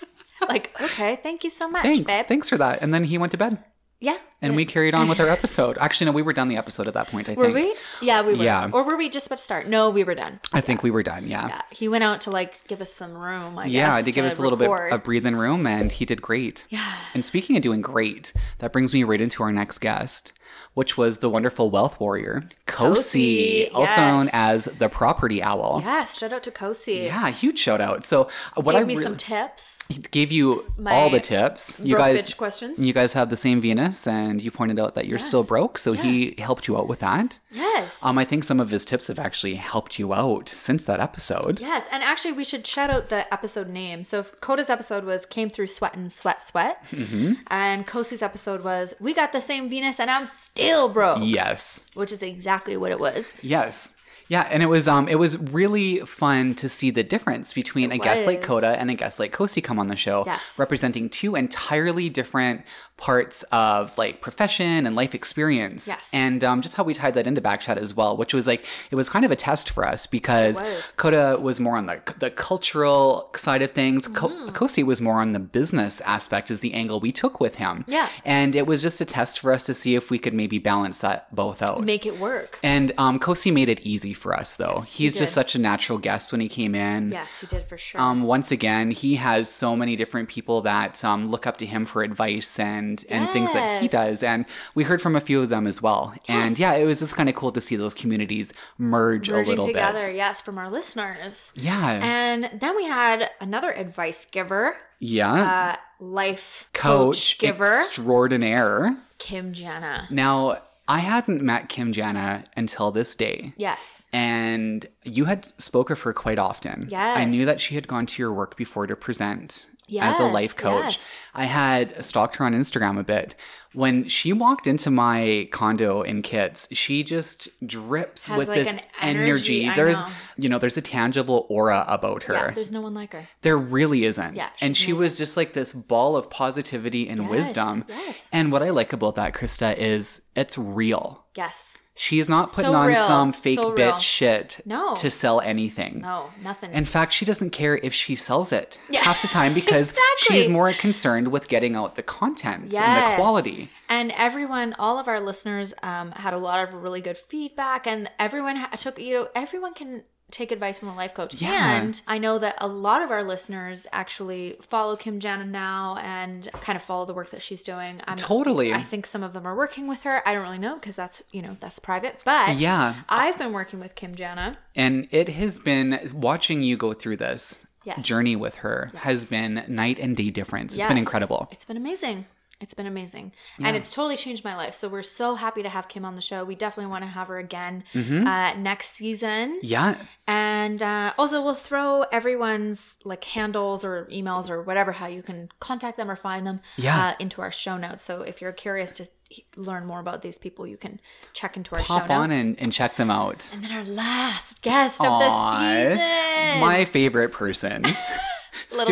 [SPEAKER 2] like okay, thank you so much,
[SPEAKER 1] Thanks.
[SPEAKER 2] babe.
[SPEAKER 1] Thanks for that. And then he went to bed.
[SPEAKER 2] yeah,
[SPEAKER 1] And we carried on
[SPEAKER 2] *laughs*
[SPEAKER 1] with our episode. Actually, no, we were done the episode at that point, I
[SPEAKER 2] Were
[SPEAKER 1] think.
[SPEAKER 2] we? Yeah, we were.
[SPEAKER 1] Yeah.
[SPEAKER 2] Or were we just about to start? No, we were done.
[SPEAKER 1] I think we were done, yeah. Yeah,
[SPEAKER 2] Yeah. He went out to like give us some room, I guess.
[SPEAKER 1] to give us a little
[SPEAKER 2] record.
[SPEAKER 1] bit of breathing room, and he did great.
[SPEAKER 2] *sighs* Yeah.
[SPEAKER 1] And speaking of doing great, that brings me right into our next guest, which was the wonderful wealth warrior, Kosi,
[SPEAKER 2] Kosi,
[SPEAKER 1] also known
[SPEAKER 2] yes.
[SPEAKER 1] as the property owl.
[SPEAKER 2] Yeah, shout out to Kosi.
[SPEAKER 1] Yeah, huge shout out. So uh, what
[SPEAKER 2] Gave
[SPEAKER 1] I
[SPEAKER 2] me
[SPEAKER 1] really
[SPEAKER 2] some tips.
[SPEAKER 1] gave you all
[SPEAKER 2] my
[SPEAKER 1] the tips. You
[SPEAKER 2] broke
[SPEAKER 1] guys
[SPEAKER 2] bitch questions.
[SPEAKER 1] you guys have the same Venus and you pointed out that you're still
[SPEAKER 2] Yes.
[SPEAKER 1] broke, so he helped you out with that.
[SPEAKER 2] yes.
[SPEAKER 1] Um, I think some of his tips have actually helped you out since that episode.
[SPEAKER 2] Yes, and actually, we should shout out the episode name. So, if Coda's episode was "Came Through Sweat and Sweat Sweat,"
[SPEAKER 1] Mm-hmm.
[SPEAKER 2] and Kosi's episode was "We Got the Same Venus and I'm Still Broke,"
[SPEAKER 1] Yes.
[SPEAKER 2] which is exactly what it was.
[SPEAKER 1] Yes. Yeah, and it was um it was really fun to see the difference between a guest like
[SPEAKER 2] was.
[SPEAKER 1] Coda and a guest like Kosi come on the show,
[SPEAKER 2] Yes.
[SPEAKER 1] representing two entirely different parts of like profession and life experience.
[SPEAKER 2] Yes.
[SPEAKER 1] And um, just how we tied that into Backchat as well, which was like it was kind of a test for us because
[SPEAKER 2] It was.
[SPEAKER 1] Coda was more on the the cultural side of things. Ko-
[SPEAKER 2] Mm-hmm.
[SPEAKER 1] Kosi was more on the business aspect is the angle we took with him.
[SPEAKER 2] Yeah.
[SPEAKER 1] And it was just a test for us to see if we could maybe balance that both out.
[SPEAKER 2] Make it work.
[SPEAKER 1] And um, Kosi made it easy for us, though.
[SPEAKER 2] he
[SPEAKER 1] He's just
[SPEAKER 2] did.
[SPEAKER 1] such a natural guest when he came in.
[SPEAKER 2] Yes, he did for sure.
[SPEAKER 1] Um, once again, he has so many different people that um, look up to him for advice and and things that he
[SPEAKER 2] Yes.
[SPEAKER 1] does. And we heard from a few of them as well. And
[SPEAKER 2] Yes.
[SPEAKER 1] yeah, it was just kind of cool to see those communities merge a
[SPEAKER 2] Merging
[SPEAKER 1] little
[SPEAKER 2] together,
[SPEAKER 1] bit.
[SPEAKER 2] yes, from our listeners.
[SPEAKER 1] Yeah,
[SPEAKER 2] And then we had another advice giver,
[SPEAKER 1] yeah.
[SPEAKER 2] uh, life
[SPEAKER 1] Coach,
[SPEAKER 2] coach, giver,
[SPEAKER 1] extraordinaire.
[SPEAKER 2] Kim Jana.
[SPEAKER 1] Now, I hadn't met Kim Jana until this day.
[SPEAKER 2] Yes.
[SPEAKER 1] and you had spoke of her quite often.
[SPEAKER 2] Yes.
[SPEAKER 1] I knew that she had gone to your work before to present as a
[SPEAKER 2] Yes,
[SPEAKER 1] life coach.
[SPEAKER 2] yes.
[SPEAKER 1] I had stalked her on Instagram a bit. When she walked into my condo in Kits, she just drips
[SPEAKER 2] Has
[SPEAKER 1] with
[SPEAKER 2] like
[SPEAKER 1] this
[SPEAKER 2] an energy, I
[SPEAKER 1] There's
[SPEAKER 2] know.
[SPEAKER 1] you know, there's a tangible aura about her.
[SPEAKER 2] Yeah, there's no one like her.
[SPEAKER 1] there really isn't.
[SPEAKER 2] Yeah,
[SPEAKER 1] and
[SPEAKER 2] she's
[SPEAKER 1] she was just like this ball of positivity and
[SPEAKER 2] Yes,
[SPEAKER 1] wisdom.
[SPEAKER 2] Yes.
[SPEAKER 1] And what I like about that, Krista, is it's real.
[SPEAKER 2] Yes.
[SPEAKER 1] She's not
[SPEAKER 2] So
[SPEAKER 1] putting on
[SPEAKER 2] real.
[SPEAKER 1] some fake
[SPEAKER 2] So real.
[SPEAKER 1] bitch shit
[SPEAKER 2] No.
[SPEAKER 1] to sell anything.
[SPEAKER 2] No, nothing.
[SPEAKER 1] In fact, she doesn't care if she sells it
[SPEAKER 2] Yeah.
[SPEAKER 1] half the
[SPEAKER 2] *laughs*
[SPEAKER 1] time because
[SPEAKER 2] Exactly.
[SPEAKER 1] she's more concerned with getting out the content and the
[SPEAKER 2] Yes.
[SPEAKER 1] quality.
[SPEAKER 2] And everyone, all of our listeners, um, had a lot of really good feedback, and everyone ha- took, you know, everyone can take advice from a life coach.
[SPEAKER 1] Yeah.
[SPEAKER 2] And I know that a lot of our listeners actually follow Kim Jana now and kind of follow the work that she's doing. I'm,
[SPEAKER 1] Totally.
[SPEAKER 2] I think some of them are working with her. I don't really know because that's, you know, that's private. But
[SPEAKER 1] Yeah.
[SPEAKER 2] I've been working with Kim Jana.
[SPEAKER 1] And it has been watching you go through this
[SPEAKER 2] Yes.
[SPEAKER 1] journey with her has been night and day difference. It's
[SPEAKER 2] Yes.
[SPEAKER 1] been incredible.
[SPEAKER 2] It's been amazing. It's been amazing.
[SPEAKER 1] Yeah.
[SPEAKER 2] And it's totally changed my life. So we're so happy to have Kim on the show. We definitely want to have her again
[SPEAKER 1] Mhm.
[SPEAKER 2] uh, next season.
[SPEAKER 1] yeah.
[SPEAKER 2] And uh, also, we'll throw everyone's like handles or emails or whatever, how you can contact them or find them
[SPEAKER 1] Yeah.
[SPEAKER 2] uh, into our show notes. So if you're curious to he- learn more about these people, you can check into our
[SPEAKER 1] Pop
[SPEAKER 2] show
[SPEAKER 1] on
[SPEAKER 2] notes.
[SPEAKER 1] and, and check them out.
[SPEAKER 2] And then our last guest of the
[SPEAKER 1] Aw,
[SPEAKER 2] season.
[SPEAKER 1] My favorite person,
[SPEAKER 2] *laughs* Little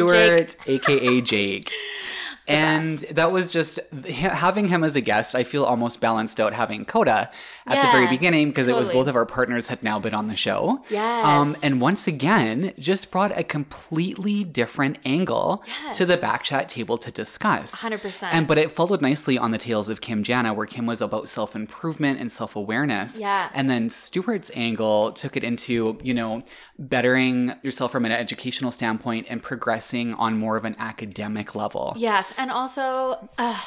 [SPEAKER 1] Stuart,
[SPEAKER 2] *laughs*
[SPEAKER 1] aka Jake. And
[SPEAKER 2] best.
[SPEAKER 1] that was just h- having him as a guest. I feel almost balanced out having Coda at the very
[SPEAKER 2] Yeah,
[SPEAKER 1] beginning because it was
[SPEAKER 2] totally.
[SPEAKER 1] both of our partners had now been on the show.
[SPEAKER 2] Yes.
[SPEAKER 1] Um, and once again, just brought a completely different angle
[SPEAKER 2] Yes.
[SPEAKER 1] to the backchat table to discuss.
[SPEAKER 2] 100%.
[SPEAKER 1] And but it followed nicely on the tales of Kim Jana, where Kim was about self improvement and self awareness.
[SPEAKER 2] Yeah.
[SPEAKER 1] And then Stewart's angle took it into you know bettering yourself from an educational standpoint and progressing on more of an academic level.
[SPEAKER 2] Yes, and also, uh,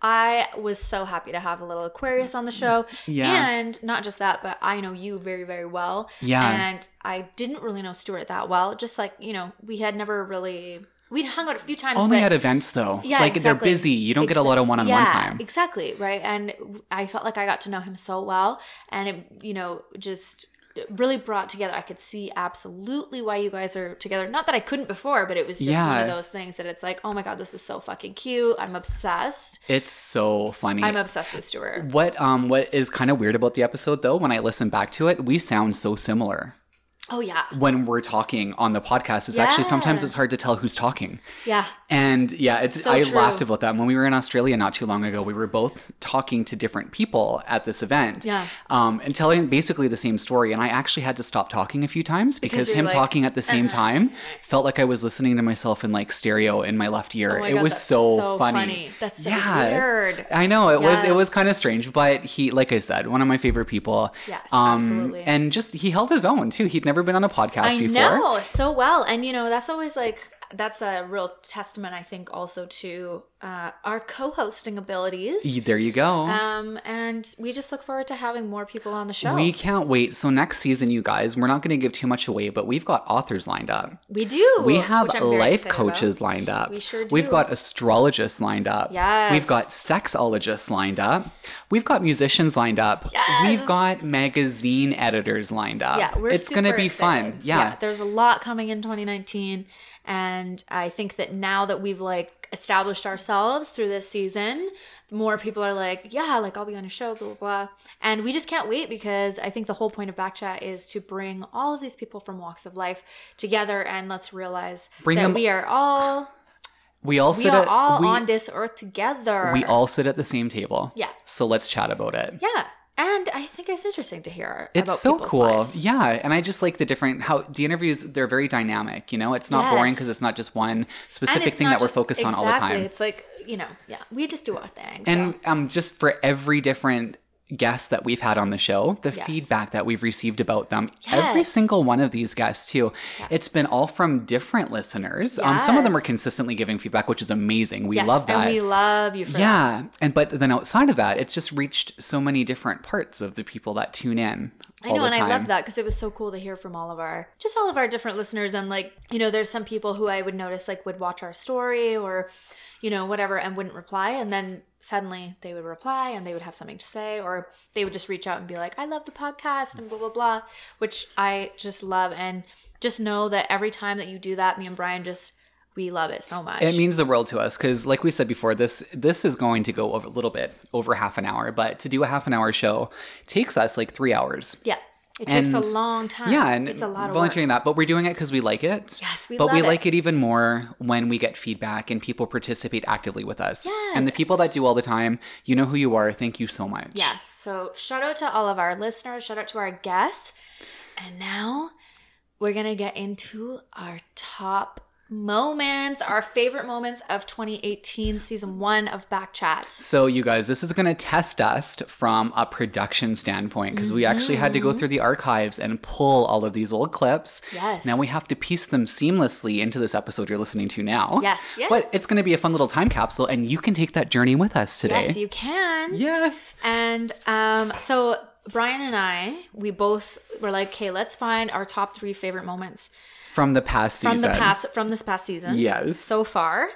[SPEAKER 2] I was so happy to have a little Aquarius on the show.
[SPEAKER 1] Yeah.
[SPEAKER 2] And not just that, but I know you very, very well.
[SPEAKER 1] Yeah.
[SPEAKER 2] And I didn't really know Stuart that well. Just like, you know, we had never really, we'd hung out a few times.
[SPEAKER 1] Only
[SPEAKER 2] but-
[SPEAKER 1] at events though.
[SPEAKER 2] Yeah,
[SPEAKER 1] like
[SPEAKER 2] exactly.
[SPEAKER 1] they're busy. You don't get a lot of one on one
[SPEAKER 2] yeah,
[SPEAKER 1] time.
[SPEAKER 2] Exactly, right? And I felt like I got to know him so well and it, you know, just really brought together. I could see absolutely why you guys are together. Not that I couldn't before, but it was just one of
[SPEAKER 1] Yeah.
[SPEAKER 2] those things that it's like, "Oh my god, this is so fucking cute. I'm obsessed.
[SPEAKER 1] It's so funny.
[SPEAKER 2] I'm obsessed with Stuart."
[SPEAKER 1] What um what is kind of weird about the episode though, when I listen back to it, we sound so similar
[SPEAKER 2] Oh yeah.
[SPEAKER 1] when we're talking on the podcast. It's actually sometimes
[SPEAKER 2] Yeah.
[SPEAKER 1] it's hard to tell who's talking.
[SPEAKER 2] Yeah.
[SPEAKER 1] And yeah, it's
[SPEAKER 2] So
[SPEAKER 1] I
[SPEAKER 2] true.
[SPEAKER 1] laughed about that when we were in Australia not too long ago. We were both talking to different people at this event,
[SPEAKER 2] Yeah.
[SPEAKER 1] um, and telling basically the same story. And I actually had to stop talking a few times because,
[SPEAKER 2] you're
[SPEAKER 1] him
[SPEAKER 2] like, uh-huh.
[SPEAKER 1] talking at the same time felt like I was listening to myself in like stereo in my left ear.
[SPEAKER 2] Oh my
[SPEAKER 1] it
[SPEAKER 2] god,
[SPEAKER 1] was
[SPEAKER 2] that's
[SPEAKER 1] so,
[SPEAKER 2] That's so
[SPEAKER 1] Yeah.
[SPEAKER 2] weird.
[SPEAKER 1] I know it was it
[SPEAKER 2] Yes.
[SPEAKER 1] was kind of strange, but he, like I said, one of my favorite people.
[SPEAKER 2] Yes,
[SPEAKER 1] Um,
[SPEAKER 2] absolutely.
[SPEAKER 1] And just he held his own too. He'd never been on a podcast
[SPEAKER 2] I
[SPEAKER 1] before.
[SPEAKER 2] know so well, and you know that's always like that's a real testament, I think, also to uh, our co-hosting abilities.
[SPEAKER 1] Y- There you go.
[SPEAKER 2] Um, and we just look forward to having more people on the show.
[SPEAKER 1] We
[SPEAKER 2] We,
[SPEAKER 1] can't wait. So next season, you guys, we're not going to give too much away, but we've got authors lined up.
[SPEAKER 2] do.
[SPEAKER 1] we
[SPEAKER 2] which
[SPEAKER 1] have
[SPEAKER 2] I'm very
[SPEAKER 1] life
[SPEAKER 2] excited
[SPEAKER 1] coaches
[SPEAKER 2] about.
[SPEAKER 1] lined up.
[SPEAKER 2] We sure do.
[SPEAKER 1] We've got astrologists lined up.
[SPEAKER 2] Yes.
[SPEAKER 1] We've got sexologists lined up. We've got musicians lined up.
[SPEAKER 2] Yes.
[SPEAKER 1] We've got magazine editors lined up.
[SPEAKER 2] Yeah, we're
[SPEAKER 1] Uh, it's
[SPEAKER 2] going
[SPEAKER 1] gonna
[SPEAKER 2] to
[SPEAKER 1] be fun. Yeah.
[SPEAKER 2] There's a lot coming in 2019 and I think that now that we've like established ourselves through this season, more people are like, yeah, like I'll be on a show blah blah blah. And we just can't wait because I think the whole point of Backchat is to bring all of these people from walks of life together and let's realize
[SPEAKER 1] Bring
[SPEAKER 2] that
[SPEAKER 1] them-
[SPEAKER 2] we are all
[SPEAKER 1] We all
[SPEAKER 2] we
[SPEAKER 1] sit
[SPEAKER 2] are
[SPEAKER 1] at
[SPEAKER 2] all
[SPEAKER 1] we,
[SPEAKER 2] on this earth together.
[SPEAKER 1] we all sit at the same table.
[SPEAKER 2] Yeah.
[SPEAKER 1] So let's chat about it.
[SPEAKER 2] Yeah. And I think it's interesting to hear
[SPEAKER 1] It's
[SPEAKER 2] about
[SPEAKER 1] so
[SPEAKER 2] people's
[SPEAKER 1] cool.
[SPEAKER 2] lives.
[SPEAKER 1] Yeah. And I just like the different how the interviews they're very dynamic, you know? It's not boring
[SPEAKER 2] Yes.
[SPEAKER 1] because it's not just one
[SPEAKER 2] And
[SPEAKER 1] specific
[SPEAKER 2] it's
[SPEAKER 1] thing
[SPEAKER 2] not
[SPEAKER 1] that we're
[SPEAKER 2] just-
[SPEAKER 1] focused on all the
[SPEAKER 2] exactly.
[SPEAKER 1] time.
[SPEAKER 2] It's like you know, yeah, we just do our thing. so.
[SPEAKER 1] And um just for every different guest that we've had on the show, the
[SPEAKER 2] Yes.
[SPEAKER 1] feedback that we've received about them, every
[SPEAKER 2] Yes.
[SPEAKER 1] single one of these guests too.
[SPEAKER 2] Yeah.
[SPEAKER 1] It's been all from different listeners. Um some of them
[SPEAKER 2] Yes.
[SPEAKER 1] are consistently giving feedback, which is amazing. We
[SPEAKER 2] Yes,
[SPEAKER 1] love that.
[SPEAKER 2] and we love you for that.
[SPEAKER 1] yeah, and but then outside of that, it's just reached so many different parts of the people that tune in.
[SPEAKER 2] I
[SPEAKER 1] all
[SPEAKER 2] know,
[SPEAKER 1] the
[SPEAKER 2] and I
[SPEAKER 1] time.
[SPEAKER 2] loved that because it was so cool to hear from all of our, just all of our different listeners. And like, you know, there's some people who I would notice like would watch our story or, you know, whatever and wouldn't reply. And then suddenly they would reply and they would have something to say or they would just reach out and be like, I love the podcast and blah, blah, blah, which I just love. And just know that every time that you do that, me and Brian just, we love it so much.
[SPEAKER 1] It means the world to us because, like we said before, this this is going to go over a little bit over half an hour. But to do a half an hour show takes us like three hours.
[SPEAKER 2] Yeah. It takes a
[SPEAKER 1] And-
[SPEAKER 2] long time.
[SPEAKER 1] yeah, and
[SPEAKER 2] it's a lot of
[SPEAKER 1] volunteering
[SPEAKER 2] volunteering.
[SPEAKER 1] that, but we're doing it because we like it.
[SPEAKER 2] Yes, we
[SPEAKER 1] but
[SPEAKER 2] love
[SPEAKER 1] we
[SPEAKER 2] it.
[SPEAKER 1] like it even more when we get feedback and people participate actively with us.
[SPEAKER 2] Yes.
[SPEAKER 1] And the people that do all the time, you know who you are. Thank you so much.
[SPEAKER 2] Yes. So shout out to all of our listeners. Shout out to our guests. And now we're gonna get into our top moments, our favorite moments of 2018 season one of Backchat.
[SPEAKER 1] So, you guys, this is going to test us from a production standpoint because we actually had
[SPEAKER 2] Mm-hmm.
[SPEAKER 1] to go through the archives and pull all of these old clips.
[SPEAKER 2] Yes.
[SPEAKER 1] Now we have to piece them seamlessly into this episode you're listening to now.
[SPEAKER 2] Yes, yes.
[SPEAKER 1] But it's going to be a fun little time capsule, and you can take that journey with us today.
[SPEAKER 2] Yes, you can.
[SPEAKER 1] Yes.
[SPEAKER 2] And um, so Brian and I, we both were like, okay, let's find our top three favorite moments
[SPEAKER 1] From the past
[SPEAKER 2] from
[SPEAKER 1] season.
[SPEAKER 2] the past from this past season.
[SPEAKER 1] Yes.
[SPEAKER 2] so far.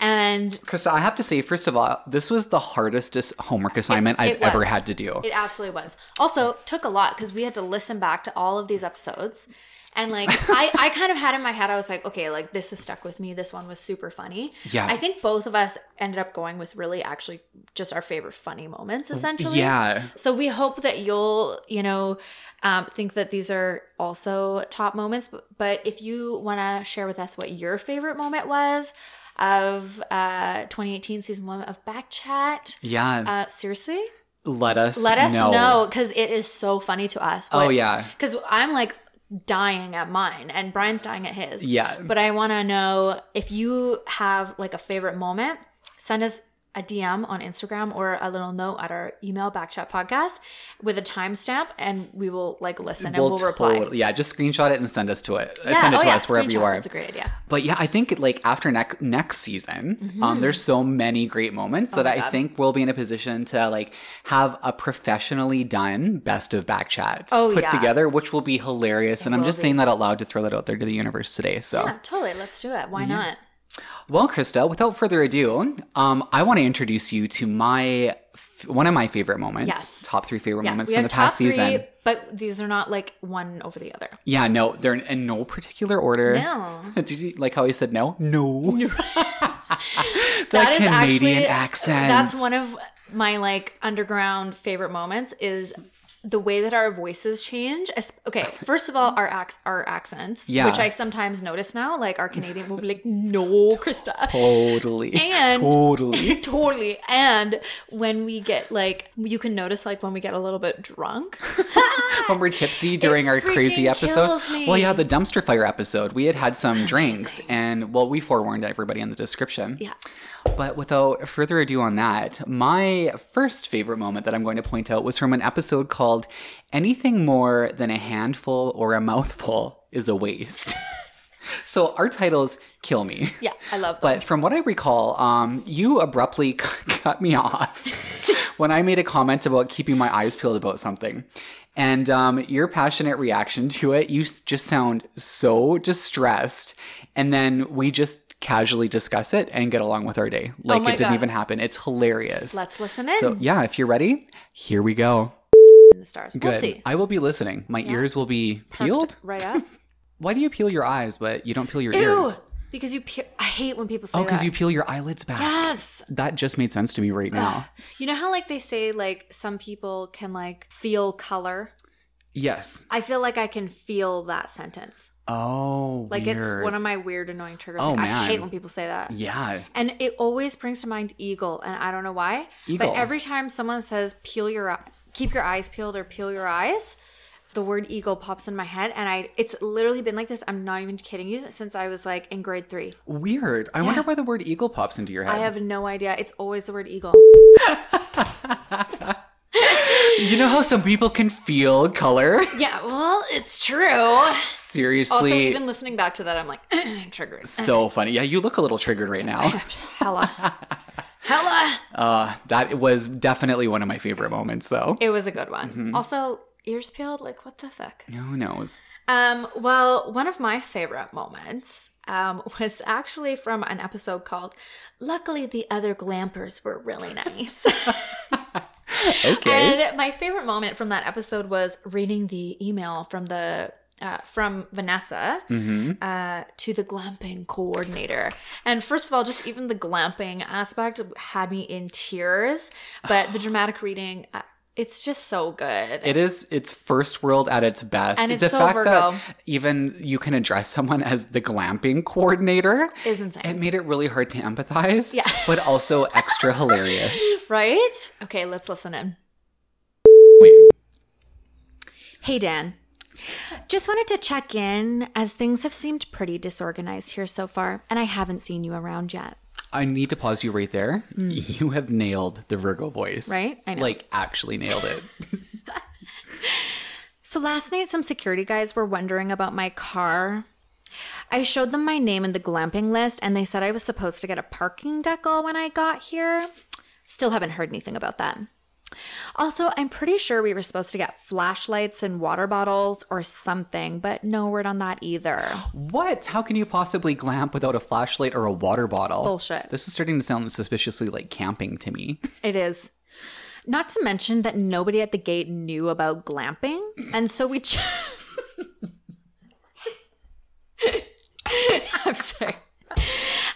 [SPEAKER 2] And
[SPEAKER 1] Krista, I have to say, first of all, this was the hardest as- homework assignment I've
[SPEAKER 2] it
[SPEAKER 1] ever
[SPEAKER 2] was.
[SPEAKER 1] had to do.
[SPEAKER 2] It absolutely was. Also, took a lot because we had to listen back to all of these episodes. And
[SPEAKER 1] *laughs*
[SPEAKER 2] like I, I kind of had in my head, I was like, okay, like this has stuck with me. This one was super funny.
[SPEAKER 1] Yeah.
[SPEAKER 2] I think both of us ended up going with really actually just our favorite funny moments, essentially.
[SPEAKER 1] yeah.
[SPEAKER 2] So we hope that you'll, you know, um, think that these are also top moments. But, but if you want to share with us what your favorite moment was of uh, 2018 season one of Back Chat,
[SPEAKER 1] Yeah.
[SPEAKER 2] uh, seriously,
[SPEAKER 1] let us
[SPEAKER 2] let us know because it is so funny to us.
[SPEAKER 1] Oh, yeah.
[SPEAKER 2] Because I'm like dying at mine and Brian's dying at his.
[SPEAKER 1] Yeah.
[SPEAKER 2] But I want to know if you have like a favorite moment, send us a DM on Instagram or a little note at our email backchat podcast with a timestamp and we will like listen and we'll reply. Oh,
[SPEAKER 1] totally- Yeah, just screenshot it and send us to it. send it to us wherever you
[SPEAKER 2] screenshot,
[SPEAKER 1] are.
[SPEAKER 2] That's a great idea.
[SPEAKER 1] But yeah, I think like after next next season, um, there's so many great moments that
[SPEAKER 2] Oh my
[SPEAKER 1] I
[SPEAKER 2] God.
[SPEAKER 1] think we'll be in a position to like have a professionally done best of back chat
[SPEAKER 2] Oh,
[SPEAKER 1] put
[SPEAKER 2] yeah.
[SPEAKER 1] together, which will be hilarious. and I'm
[SPEAKER 2] will
[SPEAKER 1] just
[SPEAKER 2] be.
[SPEAKER 1] saying that out loud to throw that out there to the universe today. So,
[SPEAKER 2] Yeah, totally. Let's do it. Why
[SPEAKER 1] Mm-hmm.
[SPEAKER 2] not?
[SPEAKER 1] well, Krista, without further ado, um, I want to introduce you to my f- one of my favorite moments,
[SPEAKER 2] Yes.
[SPEAKER 1] top three favorite
[SPEAKER 2] Yeah,
[SPEAKER 1] moments
[SPEAKER 2] we
[SPEAKER 1] from
[SPEAKER 2] have
[SPEAKER 1] the
[SPEAKER 2] top
[SPEAKER 1] past
[SPEAKER 2] three,
[SPEAKER 1] season.
[SPEAKER 2] but these are not like one over the other.
[SPEAKER 1] Yeah, no, they're in, in no particular order.
[SPEAKER 2] No.
[SPEAKER 1] *laughs* Did you like how he said no? No. *laughs* that
[SPEAKER 2] That is
[SPEAKER 1] Canadian
[SPEAKER 2] actually uh,
[SPEAKER 1] accent.
[SPEAKER 2] That's one of my like underground favorite moments is the way that our voices change. Es-
[SPEAKER 1] *laughs*
[SPEAKER 2] Okay, first of all, our ac- our accents,
[SPEAKER 1] Yeah.
[SPEAKER 2] which I sometimes notice now, like our Canadian will
[SPEAKER 1] *laughs*
[SPEAKER 2] be like, "No, Krista." *laughs*
[SPEAKER 1] Totally.
[SPEAKER 2] And- *laughs*
[SPEAKER 1] totally. *laughs*
[SPEAKER 2] Totally. And when we get like, you can notice like when we get a little
[SPEAKER 1] *laughs*
[SPEAKER 2] bit drunk.
[SPEAKER 1] when we're tipsy during our crazy
[SPEAKER 2] freaking
[SPEAKER 1] episodes.
[SPEAKER 2] kills me.
[SPEAKER 1] Well, yeah, the dumpster fire episode. We had had some drinks, and well, we forewarned everybody in the description.
[SPEAKER 2] Yeah.
[SPEAKER 1] But without further ado on that, my first favorite moment that I'm going to point out was from an episode called Anything More Than a Handful or a Mouthful is a Waste. *laughs* so our titles kill me. *laughs*
[SPEAKER 2] Yeah, I love that.
[SPEAKER 1] But from what I recall, um, you abruptly *laughs* cut me off when I made a comment about keeping my eyes peeled about something. And um, your passionate reaction to it, you s- just sound so distressed. And then we just casually discuss it and get along with our day. Like
[SPEAKER 2] Oh my
[SPEAKER 1] it didn't
[SPEAKER 2] God.
[SPEAKER 1] even happen. It's hilarious.
[SPEAKER 2] Let's listen in.
[SPEAKER 1] so, yeah, if you're ready, here we go.
[SPEAKER 2] in the stars.
[SPEAKER 1] Good.
[SPEAKER 2] We'll see.
[SPEAKER 1] I will be listening. My ears will be
[SPEAKER 2] Perked
[SPEAKER 1] peeled.
[SPEAKER 2] right
[SPEAKER 1] *laughs*
[SPEAKER 2] up.
[SPEAKER 1] Why do you peel your eyes, but you don't peel your
[SPEAKER 2] Ew.
[SPEAKER 1] ears?
[SPEAKER 2] Because you, pe- I hate when people say
[SPEAKER 1] Oh, because
[SPEAKER 2] that.
[SPEAKER 1] you peel your eyelids back.
[SPEAKER 2] Yes.
[SPEAKER 1] That just made sense to me right now.
[SPEAKER 2] You know how like they say like some people can like feel color?
[SPEAKER 1] yes.
[SPEAKER 2] I feel like I can feel that sentence.
[SPEAKER 1] Oh,
[SPEAKER 2] Like
[SPEAKER 1] weird.
[SPEAKER 2] it's one of my weird annoying triggers.
[SPEAKER 1] Oh,
[SPEAKER 2] Like, I
[SPEAKER 1] man.
[SPEAKER 2] hate when people say that.
[SPEAKER 1] Yeah,
[SPEAKER 2] And it always brings to mind eagle and I don't know why.
[SPEAKER 1] eagle.
[SPEAKER 2] But every time someone says peel your eye- keep your eyes peeled or peel your eyes, the word eagle pops in my head and I it's literally been like this. I'm not even kidding you since I was like in grade 3.
[SPEAKER 1] weird. I wonder why the word eagle pops into your head.
[SPEAKER 2] I have *laughs* no idea. It's always the word eagle.
[SPEAKER 1] *laughs* You know how some people can feel color. *laughs*
[SPEAKER 2] Yeah, well, it's true.
[SPEAKER 1] Seriously,
[SPEAKER 2] Also, even listening back to that, I'm like *clears throat* triggered.
[SPEAKER 1] so funny. Yeah, you look a little triggered right now.
[SPEAKER 2] *laughs* Hella, hella.
[SPEAKER 1] Uh, that was definitely one of my favorite moments, though.
[SPEAKER 2] It was a good one. Also, ears peeled. Like, what the fuck?
[SPEAKER 1] Who knows?
[SPEAKER 2] Um. Well, one of my favorite moments um *laughs* was actually from an episode called "Luckily the Other Glampers Were Really *laughs* Nice."
[SPEAKER 1] Okay.
[SPEAKER 2] And my favorite moment from that episode was reading the email from the. Uh, from Vanessa
[SPEAKER 1] mm-hmm.
[SPEAKER 2] uh, to the glamping coordinator. And first of all, just even the glamping aspect had me in tears, but the dramatic reading, uh, it's just so good.
[SPEAKER 1] It is its first world at its best.
[SPEAKER 2] And it's
[SPEAKER 1] the
[SPEAKER 2] so
[SPEAKER 1] fact
[SPEAKER 2] Virgo.
[SPEAKER 1] that even you can address someone as the glamping coordinator.
[SPEAKER 2] is insane.
[SPEAKER 1] It made it really hard to empathize,
[SPEAKER 2] *laughs* Yeah.
[SPEAKER 1] but also extra hilarious.
[SPEAKER 2] *laughs* right? Okay, let's listen in.
[SPEAKER 1] Wait,
[SPEAKER 2] Hey, Dan. Just wanted to check in as things have seemed pretty disorganized here so far, and I haven't seen you around yet,
[SPEAKER 1] I need to pause you right there. You have nailed the Virgo voice.
[SPEAKER 2] Mm. right? I know.
[SPEAKER 1] Like, actually nailed it.
[SPEAKER 2] So last night, some security guys were wondering about my car. I showed them my name in the glamping list, and they said I was supposed to get a parking decal when I got here. Still haven't heard anything about that. Also, I'm pretty sure we were supposed to get flashlights and water bottles or something, but no word on that either.
[SPEAKER 1] What? How can you possibly glamp without a flashlight or a water bottle?
[SPEAKER 2] Bullshit.
[SPEAKER 1] This is starting to sound suspiciously like camping to
[SPEAKER 2] *laughs*
[SPEAKER 1] me.
[SPEAKER 2] It is. Not to mention that nobody at the gate knew about glamping, and so we. Ch- *laughs* I'm sorry.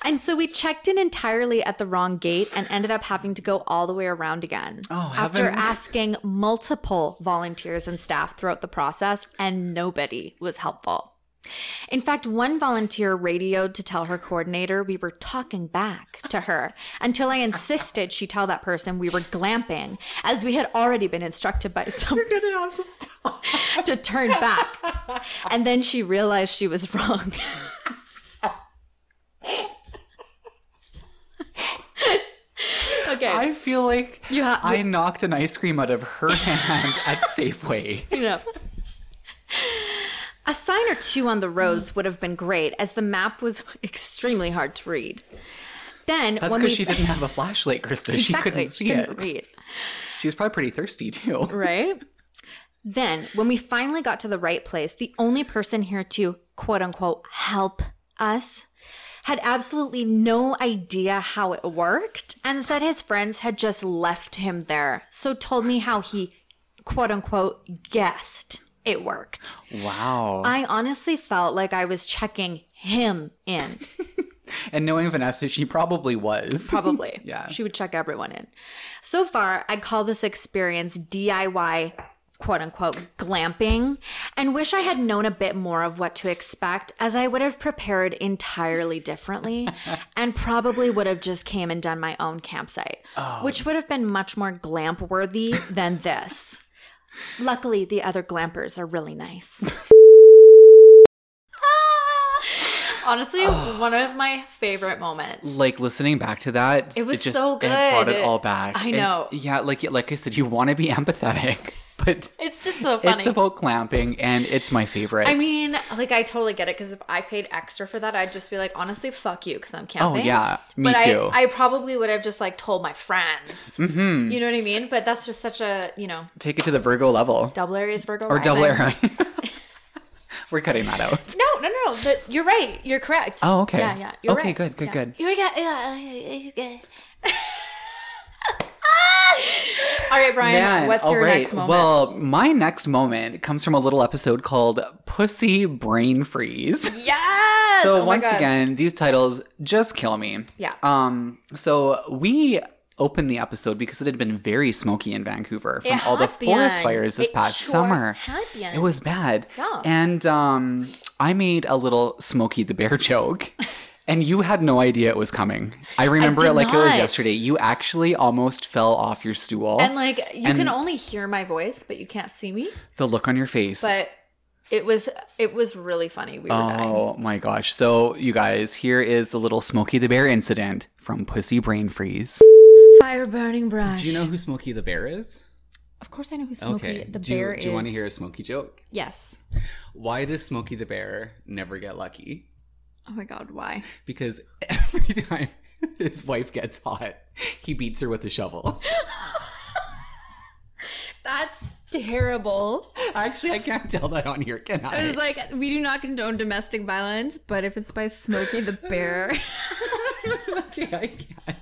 [SPEAKER 2] And so we checked in entirely at the wrong gate and ended up having to go all the way around again.
[SPEAKER 1] Oh,
[SPEAKER 2] after
[SPEAKER 1] heaven.
[SPEAKER 2] asking multiple volunteers and staff throughout the process, and nobody was helpful. In fact, one volunteer radioed to tell her coordinator we were talking back to her until I insisted she tell that person we were glamping, as we had already been instructed by
[SPEAKER 1] *laughs*
[SPEAKER 2] some
[SPEAKER 1] You're gonna have to stop.
[SPEAKER 2] to turn
[SPEAKER 1] *laughs*
[SPEAKER 2] back. And then she realized she was wrong. *laughs* okay.
[SPEAKER 1] I feel like
[SPEAKER 2] you have
[SPEAKER 1] I knocked an ice cream out of
[SPEAKER 2] *laughs*
[SPEAKER 1] her hand at Safeway.
[SPEAKER 2] you know. A sign or two on the roads would have been great, as the map was extremely hard to read. Then
[SPEAKER 1] That's
[SPEAKER 2] when
[SPEAKER 1] because
[SPEAKER 2] we
[SPEAKER 1] she didn't have a flashlight, Krista. She
[SPEAKER 2] Exactly,
[SPEAKER 1] couldn't see
[SPEAKER 2] she couldn't
[SPEAKER 1] it.
[SPEAKER 2] read.
[SPEAKER 1] She was probably pretty thirsty too.
[SPEAKER 2] right? Then, when we finally got to the right place, the only person here to quote unquote help us had absolutely no idea how it worked and said his friends had just left him there. So, told me how he quote unquote guessed it worked.
[SPEAKER 1] Wow.
[SPEAKER 2] I honestly felt like I was checking him in,
[SPEAKER 1] And knowing Vanessa, she probably was.
[SPEAKER 2] probably.
[SPEAKER 1] *laughs* Yeah.
[SPEAKER 2] She would check everyone in. So far, I call this experience DIY quote unquote glamping and wish I had known a bit more of what to expect as I would have prepared
[SPEAKER 1] *laughs*
[SPEAKER 2] entirely differently and probably would have just came and done my own campsite, which would have been much more glamp worthy than
[SPEAKER 1] *laughs*
[SPEAKER 2] this. Luckily, the other glampers are
[SPEAKER 1] *laughs*
[SPEAKER 2] really nice. *laughs* Honestly, one of my favorite moments.
[SPEAKER 1] like listening back to that,
[SPEAKER 2] It was
[SPEAKER 1] just,
[SPEAKER 2] so
[SPEAKER 1] brought it
[SPEAKER 2] good.
[SPEAKER 1] all back.
[SPEAKER 2] I
[SPEAKER 1] And
[SPEAKER 2] know.
[SPEAKER 1] yeah, like like I said, you want to be empathetic, *laughs* but
[SPEAKER 2] It's just so funny.
[SPEAKER 1] it's about clamping, and it's my favorite.
[SPEAKER 2] I mean, like I totally get it because if I paid extra for that, I'd just be like, honestly, fuck you, because I'm
[SPEAKER 1] oh
[SPEAKER 2] camping.
[SPEAKER 1] yeah, me
[SPEAKER 2] but
[SPEAKER 1] too.
[SPEAKER 2] I, I probably would have just like told my friends.
[SPEAKER 1] hmm
[SPEAKER 2] You know what I mean? But that's just such a you know
[SPEAKER 1] Take it to the Virgo level
[SPEAKER 2] double Aries Virgo
[SPEAKER 1] or double
[SPEAKER 2] rising.
[SPEAKER 1] arrow.
[SPEAKER 2] *laughs*
[SPEAKER 1] *laughs* We're cutting that out.
[SPEAKER 2] No, no, no, no. The, you're right. You're correct.
[SPEAKER 1] Oh okay.
[SPEAKER 2] Yeah, yeah. You're
[SPEAKER 1] okay,
[SPEAKER 2] right.
[SPEAKER 1] good, good,
[SPEAKER 2] Yeah.
[SPEAKER 1] good.
[SPEAKER 2] You got. Yeah, yeah, yeah. *laughs* All right, Brian.
[SPEAKER 1] Man,
[SPEAKER 2] what's
[SPEAKER 1] all
[SPEAKER 2] your
[SPEAKER 1] right.
[SPEAKER 2] next moment?
[SPEAKER 1] Well, my next moment comes from a little episode called "Pussy Brain Freeze." *laughs*
[SPEAKER 2] yes.
[SPEAKER 1] so
[SPEAKER 2] oh
[SPEAKER 1] once
[SPEAKER 2] my God.
[SPEAKER 1] again these titles just kill me
[SPEAKER 2] Yeah.
[SPEAKER 1] um so we opened the episode because it had been very smoky in vancouver from
[SPEAKER 2] It
[SPEAKER 1] all the
[SPEAKER 2] had
[SPEAKER 1] forest
[SPEAKER 2] been.
[SPEAKER 1] fires this
[SPEAKER 2] It
[SPEAKER 1] past
[SPEAKER 2] sure
[SPEAKER 1] summer
[SPEAKER 2] had been.
[SPEAKER 1] it was bad
[SPEAKER 2] Yeah.
[SPEAKER 1] and um i made a little smokey the bear *laughs* joke And you had no idea it was coming. I remember
[SPEAKER 2] did
[SPEAKER 1] it like it was
[SPEAKER 2] not.
[SPEAKER 1] yesterday. You actually almost fell off your stool.
[SPEAKER 2] And like you
[SPEAKER 1] Oh, And-
[SPEAKER 2] can only hear my voice, but you can't see me.
[SPEAKER 1] the look on your face.
[SPEAKER 2] But it was it was really funny. We were dying.
[SPEAKER 1] Oh my gosh. So, you guys, here is the little Smokey the Bear incident from Pussy Brain Freeze.
[SPEAKER 2] Fire burning brush.
[SPEAKER 1] Do you know who Smokey the Bear is?
[SPEAKER 2] Of course, I know who Smokey the
[SPEAKER 1] do, you-
[SPEAKER 2] Bear
[SPEAKER 1] Do
[SPEAKER 2] is.
[SPEAKER 1] you want to hear a Smokey joke?
[SPEAKER 2] Yes.
[SPEAKER 1] Why does Smokey the Bear never get lucky?
[SPEAKER 2] Oh my God. Why?
[SPEAKER 1] Because every *laughs* time his wife gets hot, he beats her with a shovel.
[SPEAKER 2] *laughs*
[SPEAKER 1] *laughs*
[SPEAKER 2] That's terrible.
[SPEAKER 1] Actually, I can't tell that on here, can I?
[SPEAKER 3] I was like, we do not condone domestic violence, but if it's by Smokey
[SPEAKER 1] *laughs*
[SPEAKER 3] the Bear,
[SPEAKER 1] *laughs* okay, I can't.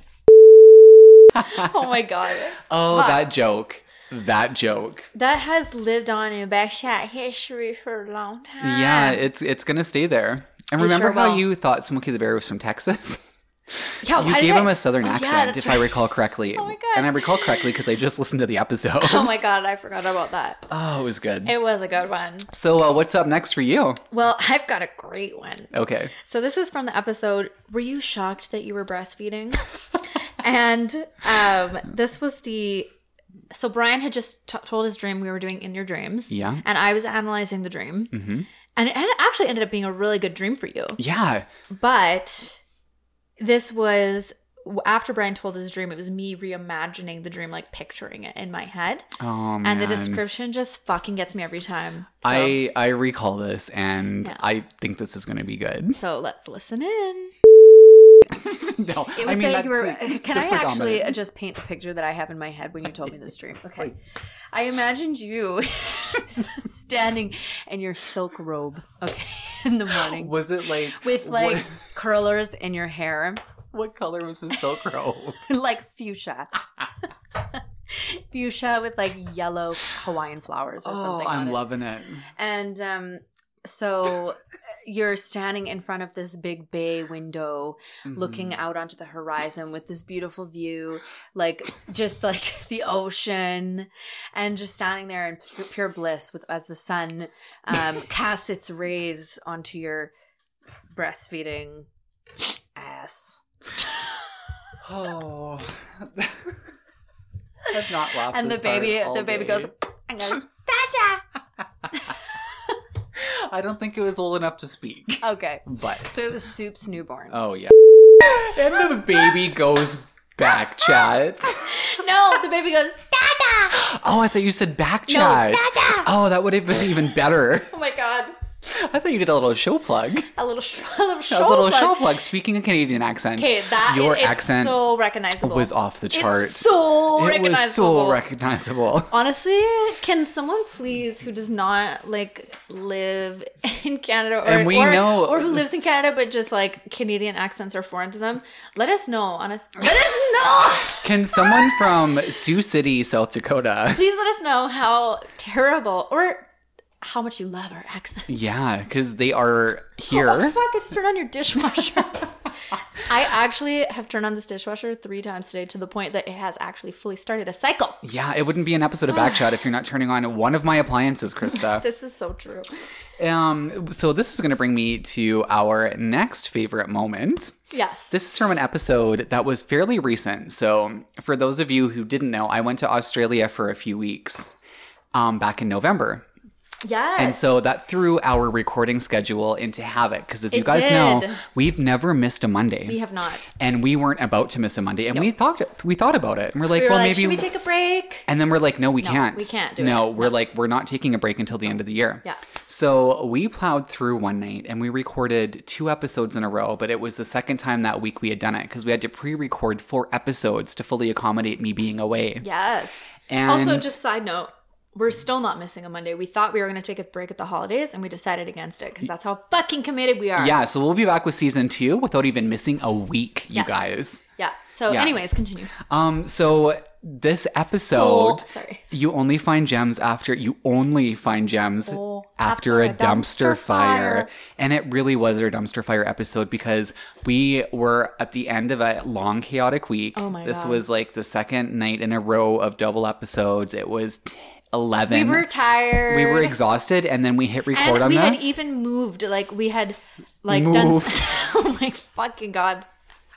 [SPEAKER 2] *laughs* Oh my God.
[SPEAKER 1] *laughs* Oh,
[SPEAKER 2] Fuck.
[SPEAKER 1] that joke. That joke.
[SPEAKER 2] that has lived on in backshot history for a long time.
[SPEAKER 1] Yeah, it's it's gonna stay there. And
[SPEAKER 2] Ah. It
[SPEAKER 1] remember
[SPEAKER 2] sure
[SPEAKER 1] how
[SPEAKER 2] will.
[SPEAKER 1] you thought Smokey the Bear was from Texas? *laughs*
[SPEAKER 2] Yeah,
[SPEAKER 1] you
[SPEAKER 2] why did
[SPEAKER 1] gave
[SPEAKER 2] I-
[SPEAKER 1] him a southern
[SPEAKER 2] Oh, yeah,
[SPEAKER 1] accent,
[SPEAKER 2] that's
[SPEAKER 1] if I
[SPEAKER 2] right.
[SPEAKER 1] recall correctly.
[SPEAKER 2] Oh my God.
[SPEAKER 1] And I recall correctly because I just listened to the
[SPEAKER 2] *laughs*
[SPEAKER 1] episode. *laughs*
[SPEAKER 2] Oh my God. I forgot about that.
[SPEAKER 1] Oh, it was good.
[SPEAKER 2] It was a good one.
[SPEAKER 1] So, uh, what's up next for you?
[SPEAKER 2] Well, *laughs* I've got a great one.
[SPEAKER 1] Okay.
[SPEAKER 2] So this is from the episode Were you shocked that you
[SPEAKER 1] *laughs*
[SPEAKER 2] were breastfeeding? and um this was the so Brian had just t- told his dream we were doing in your dreams.
[SPEAKER 1] Yeah.
[SPEAKER 2] And I was analyzing the dream.
[SPEAKER 1] hmm
[SPEAKER 2] And it en- actually ended up being a really good dream for you.
[SPEAKER 1] Yeah.
[SPEAKER 2] But this was after Brian told his dream, it was me reimagining the dream, like picturing it in my head.
[SPEAKER 1] Oh, man.
[SPEAKER 2] And the description just fucking gets me every time. So,
[SPEAKER 1] I, I recall this and
[SPEAKER 2] Yeah.
[SPEAKER 1] I think this is going to be good. *laughs*
[SPEAKER 2] so let's listen in.
[SPEAKER 1] no,
[SPEAKER 3] It
[SPEAKER 1] I
[SPEAKER 3] was
[SPEAKER 1] mean,
[SPEAKER 3] like
[SPEAKER 1] that's,
[SPEAKER 3] you were.
[SPEAKER 2] *laughs*
[SPEAKER 1] uh, the
[SPEAKER 3] *laughs* Can I actually
[SPEAKER 1] predominant-
[SPEAKER 3] just paint the picture that I have in my head when you told me this
[SPEAKER 1] *laughs*
[SPEAKER 3] dream? Okay. I imagined you *laughs* standing in your silk robe, okay, *laughs* in the morning
[SPEAKER 1] *laughs* Was it like
[SPEAKER 3] with
[SPEAKER 1] what-
[SPEAKER 3] like curlers in your hair,
[SPEAKER 1] *laughs*
[SPEAKER 3] *laughs*
[SPEAKER 1] what color was the silk
[SPEAKER 2] *laughs*
[SPEAKER 1] robe?
[SPEAKER 3] like fuchsia. *laughs* fuchsia with like yellow Hawaiian flowers or
[SPEAKER 2] Oh,
[SPEAKER 3] something.
[SPEAKER 1] Oh, I'm
[SPEAKER 3] on it.
[SPEAKER 1] loving it.
[SPEAKER 3] And um, so *laughs* you're standing in front of this big bay window looking
[SPEAKER 1] Mhm.
[SPEAKER 3] out onto the horizon with this beautiful view, like just like *laughs* the ocean, and just standing there in pu- pure bliss with as the sun
[SPEAKER 1] *laughs*
[SPEAKER 3] um, casts its rays onto your breastfeeding ass.
[SPEAKER 1] Oh, *laughs* I've not laughed.
[SPEAKER 3] and the
[SPEAKER 1] this hard
[SPEAKER 3] baby,
[SPEAKER 1] all
[SPEAKER 3] the baby
[SPEAKER 1] day.
[SPEAKER 3] goes, *laughs* and goes, Dada.
[SPEAKER 1] I don't think it was old enough to speak,
[SPEAKER 3] Okay,
[SPEAKER 1] but
[SPEAKER 3] so it was Soup's newborn.
[SPEAKER 1] oh yeah. And the baby goes back chat.
[SPEAKER 3] No, the baby goes, Dada.
[SPEAKER 1] *laughs* Oh, I thought you said back
[SPEAKER 3] No,
[SPEAKER 1] chat.
[SPEAKER 3] Dada.
[SPEAKER 1] Oh, that would have been even better.
[SPEAKER 3] Oh my god.
[SPEAKER 1] I thought you did a little show plug.
[SPEAKER 3] a little sh- *laughs* a little
[SPEAKER 1] a
[SPEAKER 3] show
[SPEAKER 1] little
[SPEAKER 3] plug.
[SPEAKER 1] show plug. Speaking of Canadian accents,
[SPEAKER 3] Okay, that
[SPEAKER 1] Your
[SPEAKER 3] your it's
[SPEAKER 1] accent
[SPEAKER 2] so recognizable.
[SPEAKER 1] was off the chart.
[SPEAKER 2] It's so
[SPEAKER 1] it
[SPEAKER 2] recognizable.
[SPEAKER 1] was so recognizable.
[SPEAKER 2] Honestly, can someone please who does not like live *laughs* in Canada or
[SPEAKER 1] And we
[SPEAKER 2] or,
[SPEAKER 1] know-
[SPEAKER 2] or who lives in Canada but just like Canadian accents are foreign to them, let us know.
[SPEAKER 1] *laughs*
[SPEAKER 2] Honest, let us know.
[SPEAKER 1] Can someone from Sioux City, South Dakota?
[SPEAKER 2] Please let us know how terrible or how much you love our accents. *laughs*
[SPEAKER 1] Yeah, because they are
[SPEAKER 2] Oh,
[SPEAKER 1] here.
[SPEAKER 2] fuck, I just turned on your dishwasher. *laughs* I actually have turned on this dishwasher three times today to the point that it has actually fully started a cycle.
[SPEAKER 1] Yeah, it wouldn't be an episode of Backshot if you're not turning on one of my appliances, Krista.
[SPEAKER 2] This is so true.
[SPEAKER 1] Um, so this is going to bring me to our next favorite moment.
[SPEAKER 2] Yes.
[SPEAKER 1] This is from an episode that was fairly recent. So for those of you who didn't know, I went to Australia for a few weeks um, back in November.
[SPEAKER 2] yes.
[SPEAKER 1] And so that threw our recording schedule into havoc because, as you
[SPEAKER 2] It
[SPEAKER 1] guys know,
[SPEAKER 2] did.
[SPEAKER 1] we've never missed a Monday.
[SPEAKER 2] we have not.
[SPEAKER 1] and we weren't about to miss a Monday, and we thought we thought about it, and we're like,
[SPEAKER 2] We were
[SPEAKER 1] well,
[SPEAKER 2] like,
[SPEAKER 1] maybe.
[SPEAKER 2] should we take a break?
[SPEAKER 1] and then we're like, no, we
[SPEAKER 2] No,
[SPEAKER 1] can't.
[SPEAKER 2] we can't do
[SPEAKER 1] no,
[SPEAKER 2] it.
[SPEAKER 1] we're like, we're not taking a break until the end of the year.
[SPEAKER 2] Yeah.
[SPEAKER 1] So we plowed through one night, and we recorded two episodes in a row. But it was the second time that week we had done it because we had to pre-record four episodes to fully accommodate me being away.
[SPEAKER 2] Yes.
[SPEAKER 1] And
[SPEAKER 2] also, just side note, we're still not missing a Monday. We thought we were going to take a break at the holidays and we decided against it because that's how fucking committed we are.
[SPEAKER 1] yeah, so we'll be back with season two without even missing a week, you
[SPEAKER 2] Yes.
[SPEAKER 1] guys.
[SPEAKER 2] Yeah. So,
[SPEAKER 1] Yeah.
[SPEAKER 2] anyways, continue.
[SPEAKER 1] Um, so this
[SPEAKER 2] So,
[SPEAKER 1] episode.
[SPEAKER 2] sorry.
[SPEAKER 1] You only find gems after you only find gems
[SPEAKER 2] Oh,
[SPEAKER 1] after,
[SPEAKER 2] after
[SPEAKER 1] a
[SPEAKER 2] a
[SPEAKER 1] dumpster, fire.
[SPEAKER 2] dumpster fire.
[SPEAKER 1] And it really was our dumpster fire episode because we were at the end of a long chaotic week.
[SPEAKER 2] Oh my
[SPEAKER 1] this
[SPEAKER 2] God.
[SPEAKER 1] was like the second night in a row of double episodes. It was t- 11.
[SPEAKER 2] We were tired.
[SPEAKER 1] We were exhausted and then we hit record
[SPEAKER 2] And
[SPEAKER 1] on
[SPEAKER 2] we
[SPEAKER 1] this.
[SPEAKER 2] had even moved. Like, we had, like, done.
[SPEAKER 1] Moved.
[SPEAKER 2] *laughs* oh my fucking God.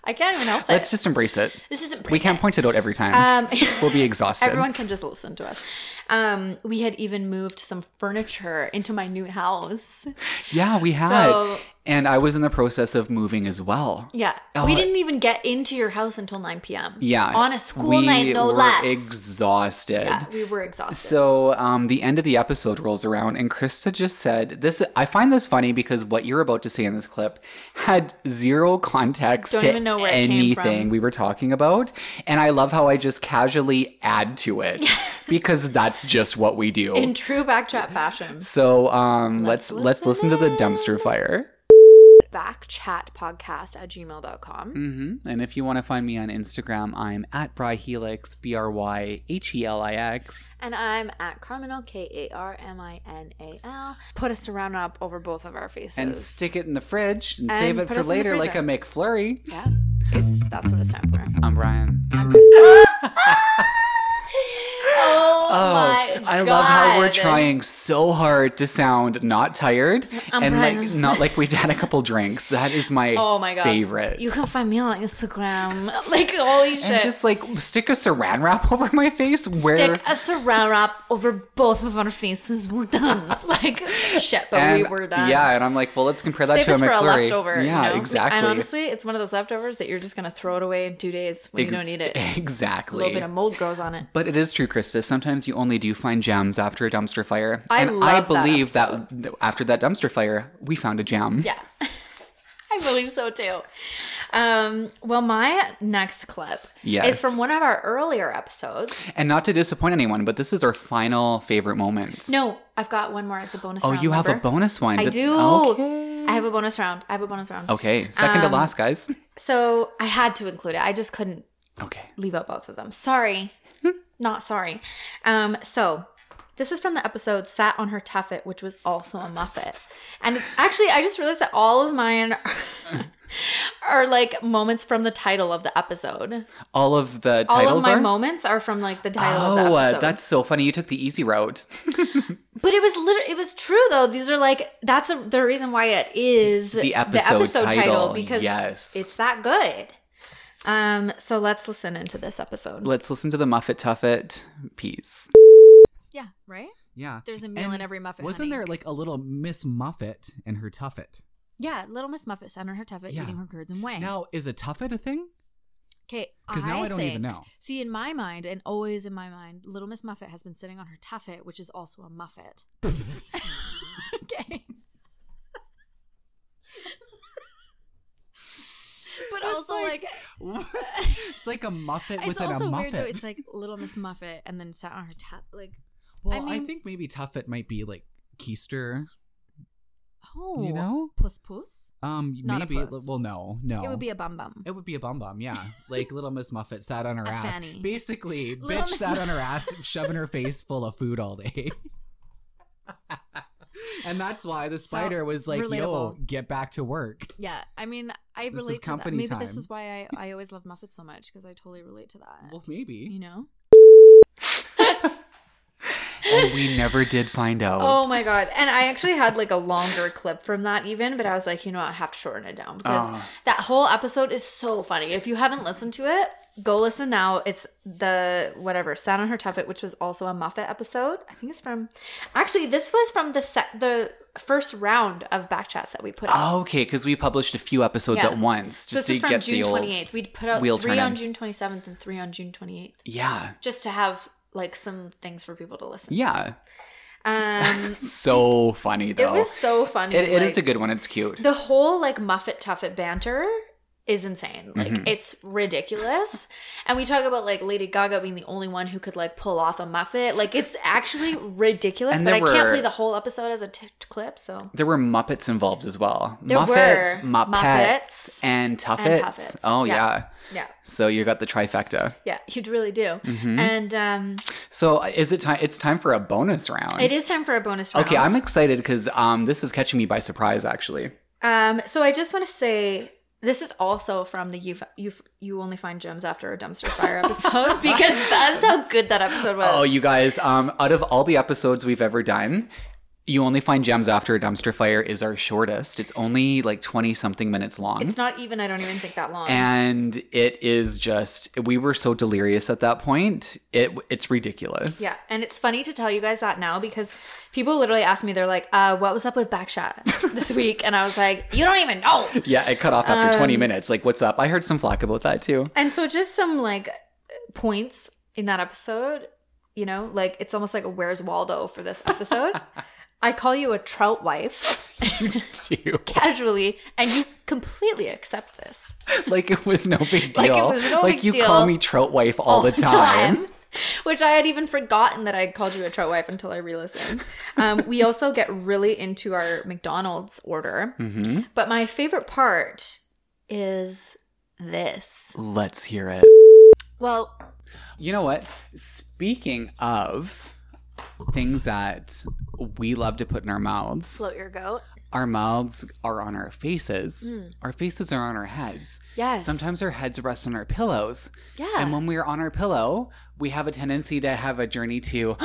[SPEAKER 2] I can't even help
[SPEAKER 1] Let's
[SPEAKER 2] it.
[SPEAKER 1] just embrace it.
[SPEAKER 2] this isn't
[SPEAKER 1] We can't point it out every time.
[SPEAKER 2] Um, *laughs*
[SPEAKER 1] we'll be exhausted.
[SPEAKER 2] Everyone can just listen to us. Um, we had even moved some furniture into my new house.
[SPEAKER 1] yeah, we had.
[SPEAKER 2] So-
[SPEAKER 1] and I was in the process of moving as well.
[SPEAKER 2] Yeah.
[SPEAKER 1] Oh,
[SPEAKER 2] we
[SPEAKER 1] I-
[SPEAKER 2] didn't even get into your house until 9 p.m.
[SPEAKER 1] Yeah.
[SPEAKER 2] On a school
[SPEAKER 1] we
[SPEAKER 2] night, no
[SPEAKER 1] were
[SPEAKER 2] less.
[SPEAKER 1] Exhausted.
[SPEAKER 2] yeah, we were
[SPEAKER 1] *laughs*
[SPEAKER 2] exhausted.
[SPEAKER 1] So um, the end of the episode rolls around, and Krista just said, "This." I find this funny because what you're about to say in this clip had zero context
[SPEAKER 2] Don't
[SPEAKER 1] to
[SPEAKER 2] even know where it
[SPEAKER 1] anything
[SPEAKER 2] came from.
[SPEAKER 1] we were talking about, and I love how I just casually add to it *laughs* because that's just what we do.
[SPEAKER 2] In true backchat fashion,
[SPEAKER 1] so um, let's
[SPEAKER 2] Let's
[SPEAKER 1] let's listen,
[SPEAKER 2] listen
[SPEAKER 1] to the
[SPEAKER 2] in.
[SPEAKER 1] dumpster fire.
[SPEAKER 2] backchatpodcast at gmail.com.
[SPEAKER 1] hmm And if you want to find me on Instagram, I'm at Bryhelix, B R Y H E L I X.
[SPEAKER 2] And I'm at Carminal, K A R M I N A L. Put a surround up over both of our faces.
[SPEAKER 1] and stick it in the fridge and,
[SPEAKER 2] And
[SPEAKER 1] save it
[SPEAKER 2] put
[SPEAKER 1] for
[SPEAKER 2] it in the
[SPEAKER 1] later like a
[SPEAKER 2] freezer.
[SPEAKER 1] McFlurry.
[SPEAKER 2] Yeah. It's, that's what it's time
[SPEAKER 1] *laughs*
[SPEAKER 2] for.
[SPEAKER 1] I'm Ryan.
[SPEAKER 2] I'm Chris. oh, my
[SPEAKER 1] I love how we're
[SPEAKER 2] God.
[SPEAKER 1] trying so hard to sound not tired
[SPEAKER 2] I'm
[SPEAKER 1] and like *laughs*
[SPEAKER 2] Ryan.
[SPEAKER 1] not like we'd had a couple drinks. That is my
[SPEAKER 2] Oh my God.
[SPEAKER 1] favorite.
[SPEAKER 2] You can find me on Instagram. *laughs* Like, holy shit.
[SPEAKER 1] and just like stick a saran wrap *laughs* over my face where
[SPEAKER 2] Stick a saran wrap over both of our faces. We're done. *laughs* Like, shit, but
[SPEAKER 1] and,
[SPEAKER 2] we were done.
[SPEAKER 1] Yeah, and I'm like, well, let's compare that
[SPEAKER 2] Save
[SPEAKER 1] to a
[SPEAKER 2] us for
[SPEAKER 1] McFlurry.
[SPEAKER 2] a leftover. you
[SPEAKER 1] yeah,
[SPEAKER 2] know?
[SPEAKER 1] exactly.
[SPEAKER 2] And honestly, it's one of those leftovers that you're just going to throw it away in two days when
[SPEAKER 1] Ex-
[SPEAKER 2] you don't need it. A
[SPEAKER 1] *laughs* Exactly.
[SPEAKER 2] little bit of mold grows on it.
[SPEAKER 1] But it is true, Krista. Sometimes you only do find gems after a dumpster fire.
[SPEAKER 2] I
[SPEAKER 1] and I
[SPEAKER 2] love that
[SPEAKER 1] believe that, after that dumpster fire, we found a gem.
[SPEAKER 2] Yeah. I *laughs* I believe so too. Um, well, my next clip
[SPEAKER 1] Yes.
[SPEAKER 2] is from one of our earlier episodes.
[SPEAKER 1] And not to disappoint anyone, but this is our final favorite moments.
[SPEAKER 2] No, I've got one more. It's a bonus.
[SPEAKER 1] Oh,
[SPEAKER 2] round,
[SPEAKER 1] you have a
[SPEAKER 2] remember?
[SPEAKER 1] bonus one.
[SPEAKER 2] I
[SPEAKER 1] Did- Okay.
[SPEAKER 2] do.
[SPEAKER 1] Oh,
[SPEAKER 2] I have a bonus round. I have a bonus round.
[SPEAKER 1] Okay, second to
[SPEAKER 2] Um,
[SPEAKER 1] last, guys.
[SPEAKER 2] So I had to include it. I just couldn't
[SPEAKER 1] Okay.
[SPEAKER 2] leave out both of
[SPEAKER 1] *laughs*
[SPEAKER 2] them. Sorry. Not sorry. Um, so this is from the episode Sat on Her Tuffet, which was also a Muffet. And it's actually I just realized that all of mine *laughs* are, are like moments from the title of the episode.
[SPEAKER 1] All of the titles
[SPEAKER 2] all of my
[SPEAKER 1] are.
[SPEAKER 2] moments are from like the title
[SPEAKER 1] oh,
[SPEAKER 2] of the
[SPEAKER 1] uh,
[SPEAKER 2] episode.
[SPEAKER 1] that's so funny. You took the easy route.
[SPEAKER 2] But it was literally it was true though. These are like that's a, the reason why it is
[SPEAKER 1] The episode, title.
[SPEAKER 2] because
[SPEAKER 1] yes.
[SPEAKER 2] it's that good. Um so let's listen into this episode.
[SPEAKER 1] Let's listen to the Muffet Tuffet piece.
[SPEAKER 2] Yeah, right?
[SPEAKER 4] Yeah.
[SPEAKER 2] There's a
[SPEAKER 4] meal in And
[SPEAKER 2] every muffet.
[SPEAKER 4] Wasn't there like a little Miss Muffet and her tuffet?
[SPEAKER 2] Yeah, little Miss Muffet sat on her tuffet
[SPEAKER 4] Yeah.
[SPEAKER 2] eating her curds and whey.
[SPEAKER 4] Now, is a tuffet a thing?
[SPEAKER 2] okay,
[SPEAKER 4] Because now I don't even
[SPEAKER 2] think- *laughs*
[SPEAKER 4] know.
[SPEAKER 2] See, in my mind, and always in my mind, little Miss Muffet has been sitting on her tuffet, which is also
[SPEAKER 4] *laughs*
[SPEAKER 2] a muffet. okay. but
[SPEAKER 4] That's
[SPEAKER 2] also
[SPEAKER 4] like-
[SPEAKER 2] like,
[SPEAKER 4] it's like a muffet
[SPEAKER 2] it's
[SPEAKER 4] within
[SPEAKER 2] also
[SPEAKER 4] a
[SPEAKER 2] weird
[SPEAKER 4] muffet.
[SPEAKER 2] though. It's like little Miss Muffet and then sat on her tuffet. Like,
[SPEAKER 4] well, I,
[SPEAKER 2] mean-
[SPEAKER 4] think maybe tuffet might be like keister,
[SPEAKER 2] oh,
[SPEAKER 4] you know?
[SPEAKER 2] puss puss.
[SPEAKER 4] Um,
[SPEAKER 2] Not a
[SPEAKER 4] maybe.
[SPEAKER 2] puss.
[SPEAKER 4] Well, no, no.
[SPEAKER 2] It would be a bum bum.
[SPEAKER 4] It would be a bum bum,
[SPEAKER 2] *laughs*
[SPEAKER 4] yeah. Like little Miss Muffet sat on her
[SPEAKER 2] A
[SPEAKER 4] ass.
[SPEAKER 2] fanny.
[SPEAKER 4] Basically,
[SPEAKER 2] *laughs* Little
[SPEAKER 4] bitch
[SPEAKER 2] Miss
[SPEAKER 4] sat on her ass, shoving her
[SPEAKER 2] *laughs*
[SPEAKER 4] face full of food all day. *laughs* and that's why the spider was like, "Yo,
[SPEAKER 2] relatable.
[SPEAKER 4] get back to work."
[SPEAKER 2] Yeah, I mean,
[SPEAKER 4] This
[SPEAKER 2] I
[SPEAKER 4] is
[SPEAKER 2] relate to that.
[SPEAKER 4] company
[SPEAKER 2] Maybe this
[SPEAKER 4] time.
[SPEAKER 2] is why I, I always love Muffet so much because I totally relate to that.
[SPEAKER 4] Well, maybe.
[SPEAKER 2] Uh, you know?
[SPEAKER 1] and Oh, we never did find out.
[SPEAKER 2] Oh my god! And I actually had like a longer clip from that even, but I was like, you know, what, I have to shorten it down because
[SPEAKER 1] Ah.
[SPEAKER 2] that whole episode is so funny. If you haven't listened to it, go listen now. It's the whatever sat on her tuffet, which was also a Muffet episode. I think it's from. Actually, this was from the set the first round of backchats that we put out.
[SPEAKER 1] Oh, okay, because we published a few episodes
[SPEAKER 2] Yeah.
[SPEAKER 1] at once
[SPEAKER 2] so
[SPEAKER 1] just
[SPEAKER 2] this is
[SPEAKER 1] to
[SPEAKER 2] from
[SPEAKER 1] get
[SPEAKER 2] June
[SPEAKER 1] the old.
[SPEAKER 2] twenty eighth. We'd put out
[SPEAKER 1] wheel
[SPEAKER 2] three
[SPEAKER 1] turn
[SPEAKER 2] on
[SPEAKER 1] in.
[SPEAKER 2] June twenty seventh and three on June twenty eighth,
[SPEAKER 1] Yeah,
[SPEAKER 2] just to have like some things for people to listen. to.
[SPEAKER 1] yeah, *laughs*
[SPEAKER 2] Um,
[SPEAKER 1] so funny
[SPEAKER 2] it
[SPEAKER 1] though.
[SPEAKER 2] was so funny.
[SPEAKER 1] It- it is
[SPEAKER 2] like-
[SPEAKER 1] a good one. It's cute.
[SPEAKER 2] The whole like Muffet Tuffet banter is insane. Like
[SPEAKER 1] Mhm.
[SPEAKER 2] it's
[SPEAKER 1] *laughs*
[SPEAKER 2] ridiculous. and we talk about like Lady Gaga being the only one who could like pull off a Muffet. Like it's actually ridiculous,
[SPEAKER 1] And
[SPEAKER 2] but
[SPEAKER 1] there
[SPEAKER 2] I can't
[SPEAKER 1] were-
[SPEAKER 2] play the whole episode as a t- clip, so
[SPEAKER 1] there were Muppets involved as well.
[SPEAKER 2] there
[SPEAKER 1] Muppets,
[SPEAKER 2] were
[SPEAKER 1] Muppets,
[SPEAKER 2] Muppets.
[SPEAKER 1] and Tuffets.
[SPEAKER 2] Tuffets.
[SPEAKER 1] Oh
[SPEAKER 2] Yeah.
[SPEAKER 1] yeah.
[SPEAKER 2] yeah.
[SPEAKER 1] So you got the trifecta.
[SPEAKER 2] Yeah, *laughs* you really do.
[SPEAKER 1] Mhm.
[SPEAKER 2] And um
[SPEAKER 1] so uh, is it time? It's time for a bonus round.
[SPEAKER 2] it is time for a bonus round.
[SPEAKER 1] Okay, I'm excited because um, this is catching me by surprise. Actually,
[SPEAKER 2] Um, so I just want to say this is also from the you you you only find gems after a dumpster
[SPEAKER 1] *laughs*
[SPEAKER 2] fire episode because that's how good that episode was.
[SPEAKER 1] oh, you guys! Um, out of all the episodes we've ever done, you only find gems after a dumpster fire is our shortest. It's only like twenty something minutes long.
[SPEAKER 2] It's not even. I don't even think that long.
[SPEAKER 1] and it is just we were so delirious at that point. It it's ridiculous.
[SPEAKER 2] yeah, and it's funny to tell you guys that now because people literally ask me, they're like, uh, "What was up with
[SPEAKER 1] *laughs*
[SPEAKER 2] Backshot this week?" And I was like, "You don't even know."
[SPEAKER 1] Yeah, it cut off after 20
[SPEAKER 2] Um,
[SPEAKER 1] minutes. Like, what's up? I heard some flack about that
[SPEAKER 2] *laughs*
[SPEAKER 1] too.
[SPEAKER 2] And so, just some like points in that episode. You know, like it's almost like a Where's Waldo for this
[SPEAKER 1] *laughs*
[SPEAKER 2] episode. I call you a trout wife
[SPEAKER 1] Too.
[SPEAKER 2] casually, and you completely accept this
[SPEAKER 1] Like, it was no big deal.
[SPEAKER 2] Like, it was no
[SPEAKER 1] Like,
[SPEAKER 2] big
[SPEAKER 1] you
[SPEAKER 2] deal.
[SPEAKER 1] call me Trout Wife all, the time.
[SPEAKER 2] *laughs* Which I had even forgotten that I had called you a trout wife until I re-listened. Um, we also get really into our McDonald's order,
[SPEAKER 1] hmm
[SPEAKER 2] but my favorite part is this.
[SPEAKER 1] Let's hear it.
[SPEAKER 2] Well,
[SPEAKER 1] You know what? Speaking of things that we love to put in our mouths,
[SPEAKER 2] float your goat.
[SPEAKER 1] our mouths are on our faces,
[SPEAKER 2] Mm.
[SPEAKER 1] our faces are on our heads.
[SPEAKER 2] Yes.
[SPEAKER 1] Sometimes our heads rest on our pillows.
[SPEAKER 2] Yeah.
[SPEAKER 1] And when we're on our pillow, we have a tendency to have a journey to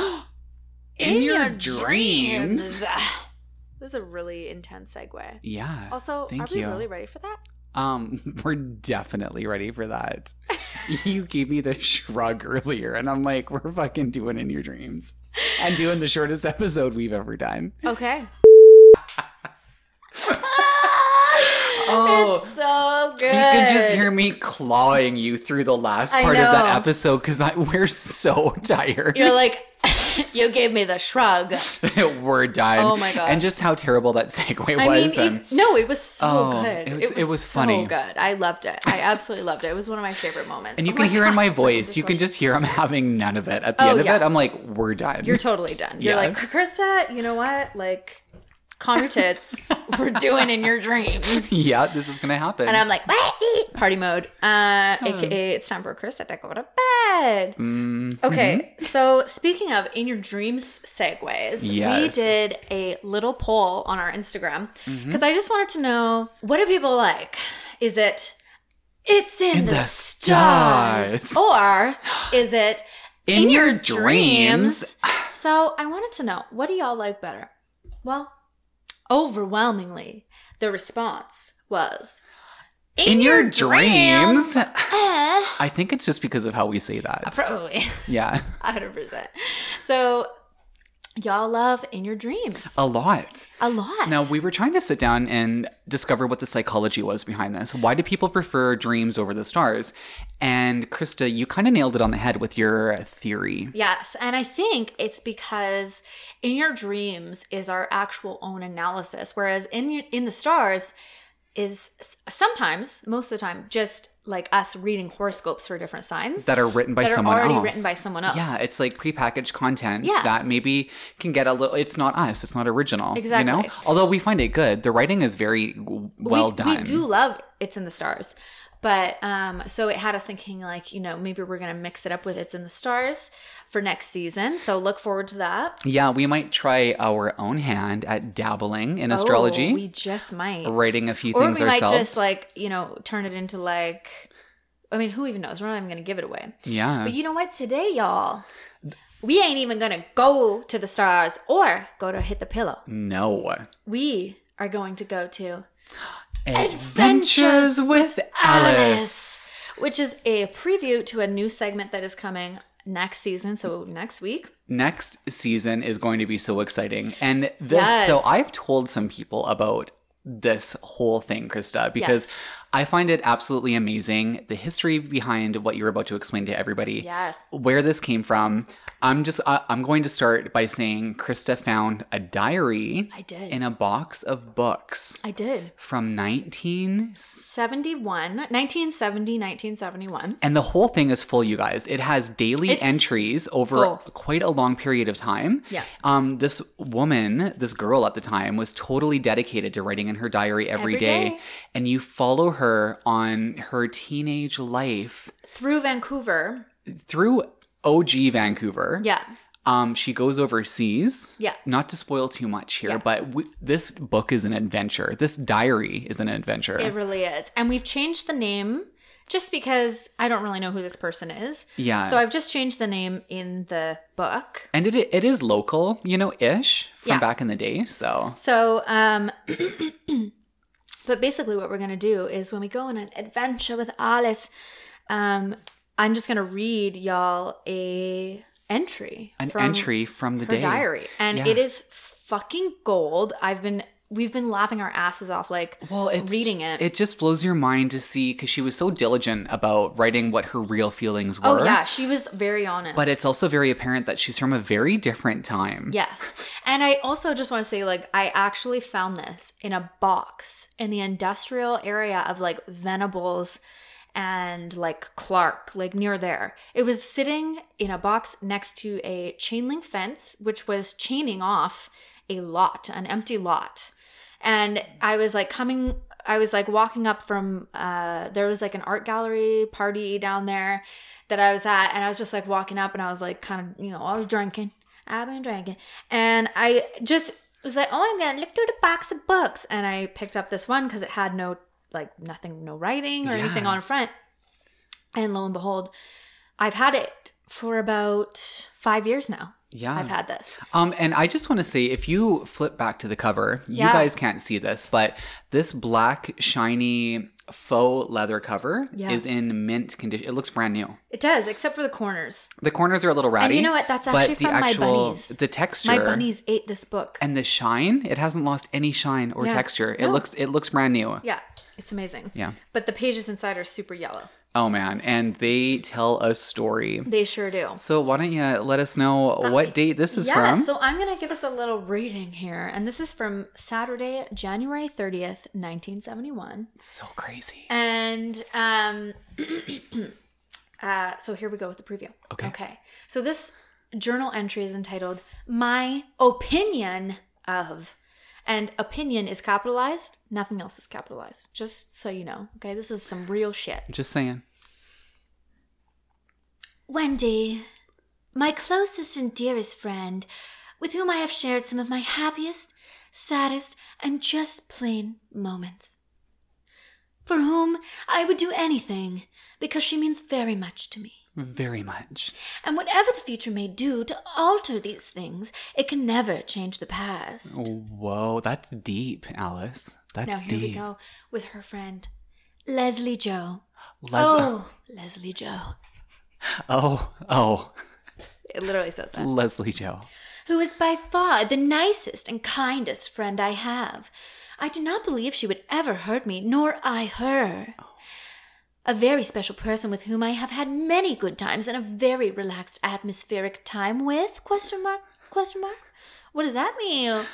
[SPEAKER 1] *gasps* in, your, dreams.
[SPEAKER 2] *sighs* It was a really intense segue.
[SPEAKER 1] Yeah.
[SPEAKER 2] Also,
[SPEAKER 1] Thank
[SPEAKER 2] are we
[SPEAKER 1] you.
[SPEAKER 2] really ready for that?
[SPEAKER 1] Um, *laughs* we're definitely ready for that. you gave me the shrug earlier, and I'm like, we're fucking doing in your dreams. And doing the shortest episode we've ever done.
[SPEAKER 2] Okay.
[SPEAKER 1] *laughs* Oh.
[SPEAKER 2] it's so good.
[SPEAKER 1] You can just hear me clawing you through the last
[SPEAKER 2] I
[SPEAKER 1] part of that
[SPEAKER 2] know.
[SPEAKER 1] episode because we're so *laughs* tired.
[SPEAKER 2] You're like, *laughs* you gave me the shrug.
[SPEAKER 1] We're done.
[SPEAKER 2] Oh my God.
[SPEAKER 1] And just how terrible that segue
[SPEAKER 2] I mean,
[SPEAKER 1] was.
[SPEAKER 2] it-
[SPEAKER 1] and-
[SPEAKER 2] no, it was so
[SPEAKER 1] Oh,
[SPEAKER 2] good.
[SPEAKER 1] it was- it was funny.
[SPEAKER 2] So good. I loved it. I absolutely loved it. It was one of my favorite moments.
[SPEAKER 1] and you
[SPEAKER 2] Oh
[SPEAKER 1] can hear in
[SPEAKER 2] God,
[SPEAKER 1] my
[SPEAKER 2] freaking
[SPEAKER 1] voice, you can
[SPEAKER 2] dishwasher.
[SPEAKER 1] just hear I'm having none of it. At the
[SPEAKER 2] Oh,
[SPEAKER 1] end of
[SPEAKER 2] yeah.
[SPEAKER 1] it, I'm like, we're done.
[SPEAKER 2] *laughs* You're totally done. You're
[SPEAKER 1] Yeah.
[SPEAKER 2] like, Krista, you know what? Like, calm
[SPEAKER 1] *laughs*
[SPEAKER 2] your tits. We're doing in your
[SPEAKER 1] *laughs*
[SPEAKER 2] dreams.
[SPEAKER 1] yeah, this is gonna happen.
[SPEAKER 2] And I'm like, "What?" party mode. Uh,
[SPEAKER 1] Hmm.
[SPEAKER 2] AKA, it's time for Krista to go to bed.
[SPEAKER 1] Mm, mhm.
[SPEAKER 2] Okay, so speaking of in your dreams segues, we
[SPEAKER 1] Yes.
[SPEAKER 2] did a little poll on our Instagram
[SPEAKER 1] Mhm.
[SPEAKER 2] because I just wanted to know what do people like? Is it it's in,
[SPEAKER 1] In
[SPEAKER 2] the,
[SPEAKER 1] the
[SPEAKER 2] stars.
[SPEAKER 1] stars.
[SPEAKER 2] or
[SPEAKER 1] *gasps*
[SPEAKER 2] is it
[SPEAKER 1] In, your, dreams,
[SPEAKER 2] so I wanted to know what do y'all like better? Well, overwhelmingly, the response was
[SPEAKER 1] in, your, dreams.
[SPEAKER 2] *laughs* Uh,
[SPEAKER 1] I think it's just because of how we say that.
[SPEAKER 2] probably.
[SPEAKER 1] yeah,
[SPEAKER 2] hundred percent. So y'all love in your dreams
[SPEAKER 1] a lot.
[SPEAKER 2] a lot.
[SPEAKER 1] Oh, Now we were trying to sit down and discover what the psychology was behind this. Why do people prefer dreams over the stars? And Krista, you kind of nailed it on the head with your theory.
[SPEAKER 2] Yes, and I think it's because in your dreams is our actual own analysis, whereas in your, in the stars is s- sometimes most of the time just like us reading horoscopes for different signs
[SPEAKER 1] That are written by
[SPEAKER 2] that are
[SPEAKER 1] someone
[SPEAKER 2] already
[SPEAKER 1] else.
[SPEAKER 2] written by someone else.
[SPEAKER 1] Yeah, it's like prepackaged content
[SPEAKER 2] Yeah.
[SPEAKER 1] that maybe can get a little. It's not us. It's not original. You know,
[SPEAKER 2] Exactly.
[SPEAKER 1] although we find it good. The writing is very w- well
[SPEAKER 2] we,
[SPEAKER 1] done.
[SPEAKER 2] We do love It's in the Stars. But um so it had us thinking like, you know, maybe we're going to mix it up with It's in the Stars for next season. So look forward to that.
[SPEAKER 1] Yeah, we might try our own hand at dabbling in
[SPEAKER 2] Oh,
[SPEAKER 1] astrology,
[SPEAKER 2] we just might.
[SPEAKER 1] writing a few
[SPEAKER 2] Or
[SPEAKER 1] things
[SPEAKER 2] we might
[SPEAKER 1] ourselves.
[SPEAKER 2] just like, you know, turn it into like I mean, who even knows? We're not even going to give it away.
[SPEAKER 1] yeah,
[SPEAKER 2] But you know what today, y'all? We ain't even going to go to the stars or go to hit the pillow.
[SPEAKER 1] no
[SPEAKER 2] We are going to go to
[SPEAKER 1] adventures with Alice.
[SPEAKER 2] which is a preview to a new segment that is coming next season. So next week.
[SPEAKER 1] next season is going to be so exciting. And this,
[SPEAKER 2] Yes.
[SPEAKER 1] so I've told some people about this whole thing, Krista, because
[SPEAKER 2] Yes.
[SPEAKER 1] I find it absolutely amazing the history behind what you're about to explain to everybody.
[SPEAKER 2] Yes.
[SPEAKER 1] Where this came from, I'm just I, I'm going to start by saying Krista found a diary
[SPEAKER 2] I did.
[SPEAKER 1] in a box of books
[SPEAKER 2] I did.
[SPEAKER 1] from 19
[SPEAKER 2] 71, 1970, 1971.
[SPEAKER 1] and the whole thing is full you guys. It has daily
[SPEAKER 2] It's
[SPEAKER 1] entries over
[SPEAKER 2] full.
[SPEAKER 1] quite a long period of time.
[SPEAKER 2] Yeah.
[SPEAKER 1] Um, this woman, this girl at the time, was totally dedicated to writing in her diary
[SPEAKER 2] Every
[SPEAKER 1] every day.
[SPEAKER 2] day.
[SPEAKER 1] And you follow her on her teenage life
[SPEAKER 2] Through Vancouver.
[SPEAKER 1] through OG Vancouver.
[SPEAKER 2] Yeah.
[SPEAKER 1] Um, she goes overseas.
[SPEAKER 2] Yeah.
[SPEAKER 1] Not to spoil too much here,
[SPEAKER 2] Yeah.
[SPEAKER 1] but we, this book is an adventure. This diary is an adventure.
[SPEAKER 2] It really is. And we've changed the name just because I don't really know who this person is.
[SPEAKER 1] yeah.
[SPEAKER 2] So I've just changed the name in the book.
[SPEAKER 1] and it, it is local, you know, ish from
[SPEAKER 2] Yeah.
[SPEAKER 1] back in the day. So
[SPEAKER 2] So, um, *clears throat* but basically, what we're going to do is when we go on an adventure with Alice, um, I'm just going to read y'all a entry,
[SPEAKER 1] an
[SPEAKER 2] from
[SPEAKER 1] entry from the
[SPEAKER 2] her
[SPEAKER 1] day.
[SPEAKER 2] diary, and
[SPEAKER 1] Yeah.
[SPEAKER 2] it is fucking gold. I've been we've been laughing our asses off, like
[SPEAKER 1] Well, it's
[SPEAKER 2] reading it.
[SPEAKER 1] It just blows your mind to see because she was so diligent about writing what her real feelings were.
[SPEAKER 2] oh yeah, she was very honest,
[SPEAKER 1] But it's also very apparent that she's from a very different time.
[SPEAKER 2] Yes. And I also just want to say, like, I actually found this in a box in the industrial area of like Venables and like Clark, like near there. It was sitting in a box next to a chain link fence, which was chaining off a lot, an empty lot. And I was like coming, I was like walking up from, uh, there was like an art gallery party down there that I was at. And I was just like walking up and I was like kind of, you know, I was drinking. I've been drinking. And I just was like, oh, I'm going to look through the box of books. And I picked up this one because it had no, like, nothing, no writing or anything
[SPEAKER 1] Yeah.
[SPEAKER 2] on front. And lo and behold, I've had it for about five years now.
[SPEAKER 1] Yeah.
[SPEAKER 2] I've had this.
[SPEAKER 1] Um, and I just want to say, if you flip back to the cover,
[SPEAKER 2] Yeah.
[SPEAKER 1] you guys can't see this, but this black shiny faux leather cover
[SPEAKER 2] Yeah.
[SPEAKER 1] is in mint condition. It looks brand new.
[SPEAKER 2] It does, except for the corners.
[SPEAKER 1] The corners are a little ratty.
[SPEAKER 2] and you know what? That's
[SPEAKER 1] but
[SPEAKER 2] actually
[SPEAKER 1] the
[SPEAKER 2] from
[SPEAKER 1] actual
[SPEAKER 2] my bunnies.
[SPEAKER 1] the texture
[SPEAKER 2] My bunnies ate this book.
[SPEAKER 1] and the shine, it hasn't lost any shine or
[SPEAKER 2] Yeah.
[SPEAKER 1] texture. It
[SPEAKER 2] No.
[SPEAKER 1] looks it looks brand new.
[SPEAKER 2] yeah, it's amazing.
[SPEAKER 1] Yeah.
[SPEAKER 2] But the pages inside are super yellow.
[SPEAKER 1] Oh man, and they tell a story.
[SPEAKER 2] They sure do.
[SPEAKER 1] So why don't you let us know what date this is
[SPEAKER 2] yeah,
[SPEAKER 1] from?
[SPEAKER 2] so I'm going to give us a little reading here. And this is from Saturday, January 30th, 1971.
[SPEAKER 1] so crazy.
[SPEAKER 2] And um, *clears throat* uh, so here we go with the preview.
[SPEAKER 1] Okay.
[SPEAKER 2] Okay. So this journal entry is entitled My Opinion of. And opinion is capitalized, nothing else is capitalized. Just so you know. Okay. This is some real shit.
[SPEAKER 1] Just saying.
[SPEAKER 2] Wendy, my closest and dearest friend, with whom I have shared some of my happiest, saddest, and just plain moments. For whom I would do anything, because she means very much to me.
[SPEAKER 1] Very much.
[SPEAKER 2] And whatever the future may do to alter these things, it can never change the past.
[SPEAKER 1] Whoa, that's deep, Alice. Oh, That's
[SPEAKER 2] now here
[SPEAKER 1] deep.
[SPEAKER 2] we go with her friend, Leslie Joe.
[SPEAKER 1] Les-
[SPEAKER 2] oh, Leslie Joe.
[SPEAKER 1] oh, oh,
[SPEAKER 2] It literally says that.
[SPEAKER 1] Leslie Joe.
[SPEAKER 2] who is by far the nicest and kindest friend I have. I do not believe she would ever hurt me, nor I her. A very special person with whom I have had many good times and a very relaxed atmospheric time with? Question mark? Question mark? What does that mean? What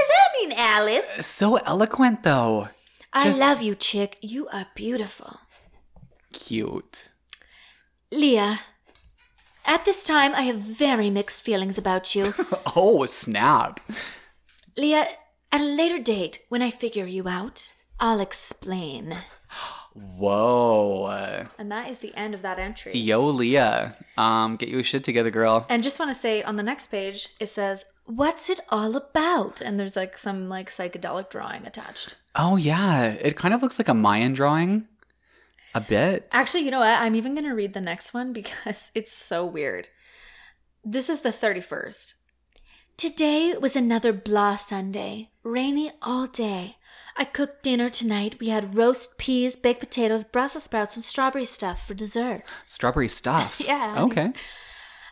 [SPEAKER 2] does that mean, Alice?
[SPEAKER 1] So eloquent, though.
[SPEAKER 2] I
[SPEAKER 1] Just-
[SPEAKER 2] love you, chick. You are beautiful.
[SPEAKER 1] Cute.
[SPEAKER 2] Leah, at this time I have very mixed feelings about you.
[SPEAKER 1] Oh, snap.
[SPEAKER 2] Leah, at a later date, when I figure you out, I'll explain.
[SPEAKER 1] Whoa. Uh,
[SPEAKER 2] And that is the end of that entry.
[SPEAKER 1] Yo, Leah. Um, get your shit together, girl.
[SPEAKER 2] And just want to say on the next page, it says, What's it all about? And there's like some like psychedelic drawing attached.
[SPEAKER 1] Oh yeah, it kind of looks like a Mayan drawing, a bit.
[SPEAKER 2] Actually, you know what? I'm even going to read the next one *laughs* because it's so weird. This is the 31st. Today was another blah Sunday, rainy all day. I cooked dinner tonight. We had roast peas, baked potatoes, Brussels sprouts, and strawberry stuff for dessert.
[SPEAKER 1] strawberry stuff.
[SPEAKER 2] *laughs* Yeah.
[SPEAKER 1] Okay.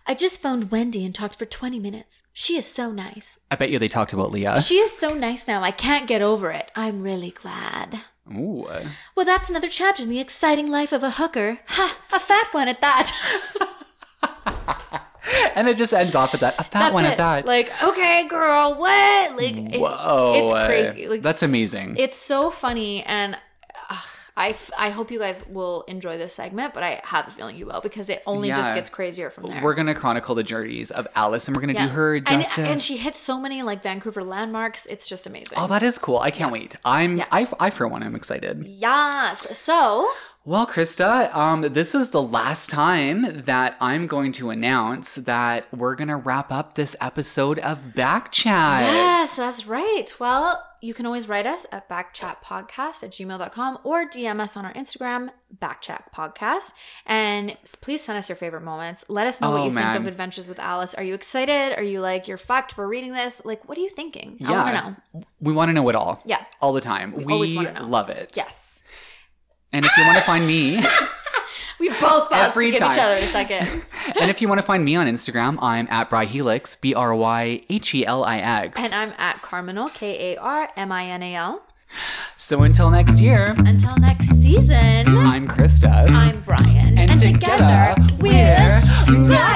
[SPEAKER 2] I just phoned Wendy and talked for 20 minutes. She is so nice.
[SPEAKER 1] I bet you they talked about Leah.
[SPEAKER 2] She is so nice now. I can't get over it. I'm really glad.
[SPEAKER 1] Ooh. *laughs* uh,
[SPEAKER 2] Well, that's another chapter in the exciting life of a hooker. Ha! A fat one at that.
[SPEAKER 1] and it just ends off at that. A fat
[SPEAKER 2] that's
[SPEAKER 1] one
[SPEAKER 2] it.
[SPEAKER 1] at that.
[SPEAKER 2] Like, okay, girl, what? Like, it-
[SPEAKER 1] Whoa.
[SPEAKER 2] it's
[SPEAKER 1] uh,
[SPEAKER 2] crazy. Like,
[SPEAKER 1] that's amazing.
[SPEAKER 2] it's so funny, and uh, I, f- I hope you guys will enjoy this segment, but I have a feeling you will because it only just
[SPEAKER 1] Yeah.
[SPEAKER 2] gets crazier from there.
[SPEAKER 1] we're gonna chronicle the journeys of Alice, and we're gonna
[SPEAKER 2] Yeah.
[SPEAKER 1] do her
[SPEAKER 2] and,
[SPEAKER 1] justice.
[SPEAKER 2] and she hits so many like Vancouver landmarks. It's just amazing.
[SPEAKER 1] Oh, that is cool. I can't wait. I'm,
[SPEAKER 2] Yeah.
[SPEAKER 1] I, I, for one, am excited.
[SPEAKER 2] Yes. So
[SPEAKER 1] Well, Krista, um, this is the last time that I'm going to announce that we're going to wrap up this episode of Back Chat.
[SPEAKER 2] Yes, that's right. Well, you can always write us at backchatpodcast at gmail.com or DM us on our Instagram, backchatpodcast. And s- please send us your favorite moments. Let us know
[SPEAKER 1] Oh,
[SPEAKER 2] what you
[SPEAKER 1] man.
[SPEAKER 2] think of Adventures with Alice. Are you excited? Are you like, you're fucked for reading this? Like, what are you thinking? I want
[SPEAKER 1] Yeah.
[SPEAKER 2] to know.
[SPEAKER 1] We want to know it all.
[SPEAKER 2] Yeah.
[SPEAKER 1] All the time. We,
[SPEAKER 2] always wanna know.
[SPEAKER 1] love it.
[SPEAKER 2] Yes.
[SPEAKER 1] And if you want to find me, *laughs*
[SPEAKER 2] We both paused
[SPEAKER 1] Every
[SPEAKER 2] to give each
[SPEAKER 1] time.
[SPEAKER 2] other
[SPEAKER 1] *laughs*
[SPEAKER 2] a second.
[SPEAKER 1] and if you want to find me on Instagram, I'm at Bryhelix, B R Y H E L I X.
[SPEAKER 2] and I'm at Carminal, K A R M I N A L.
[SPEAKER 1] So until next year,
[SPEAKER 2] Until next season,
[SPEAKER 1] I'm Krista.
[SPEAKER 2] I'm Brian.
[SPEAKER 1] and, together, we're
[SPEAKER 2] Back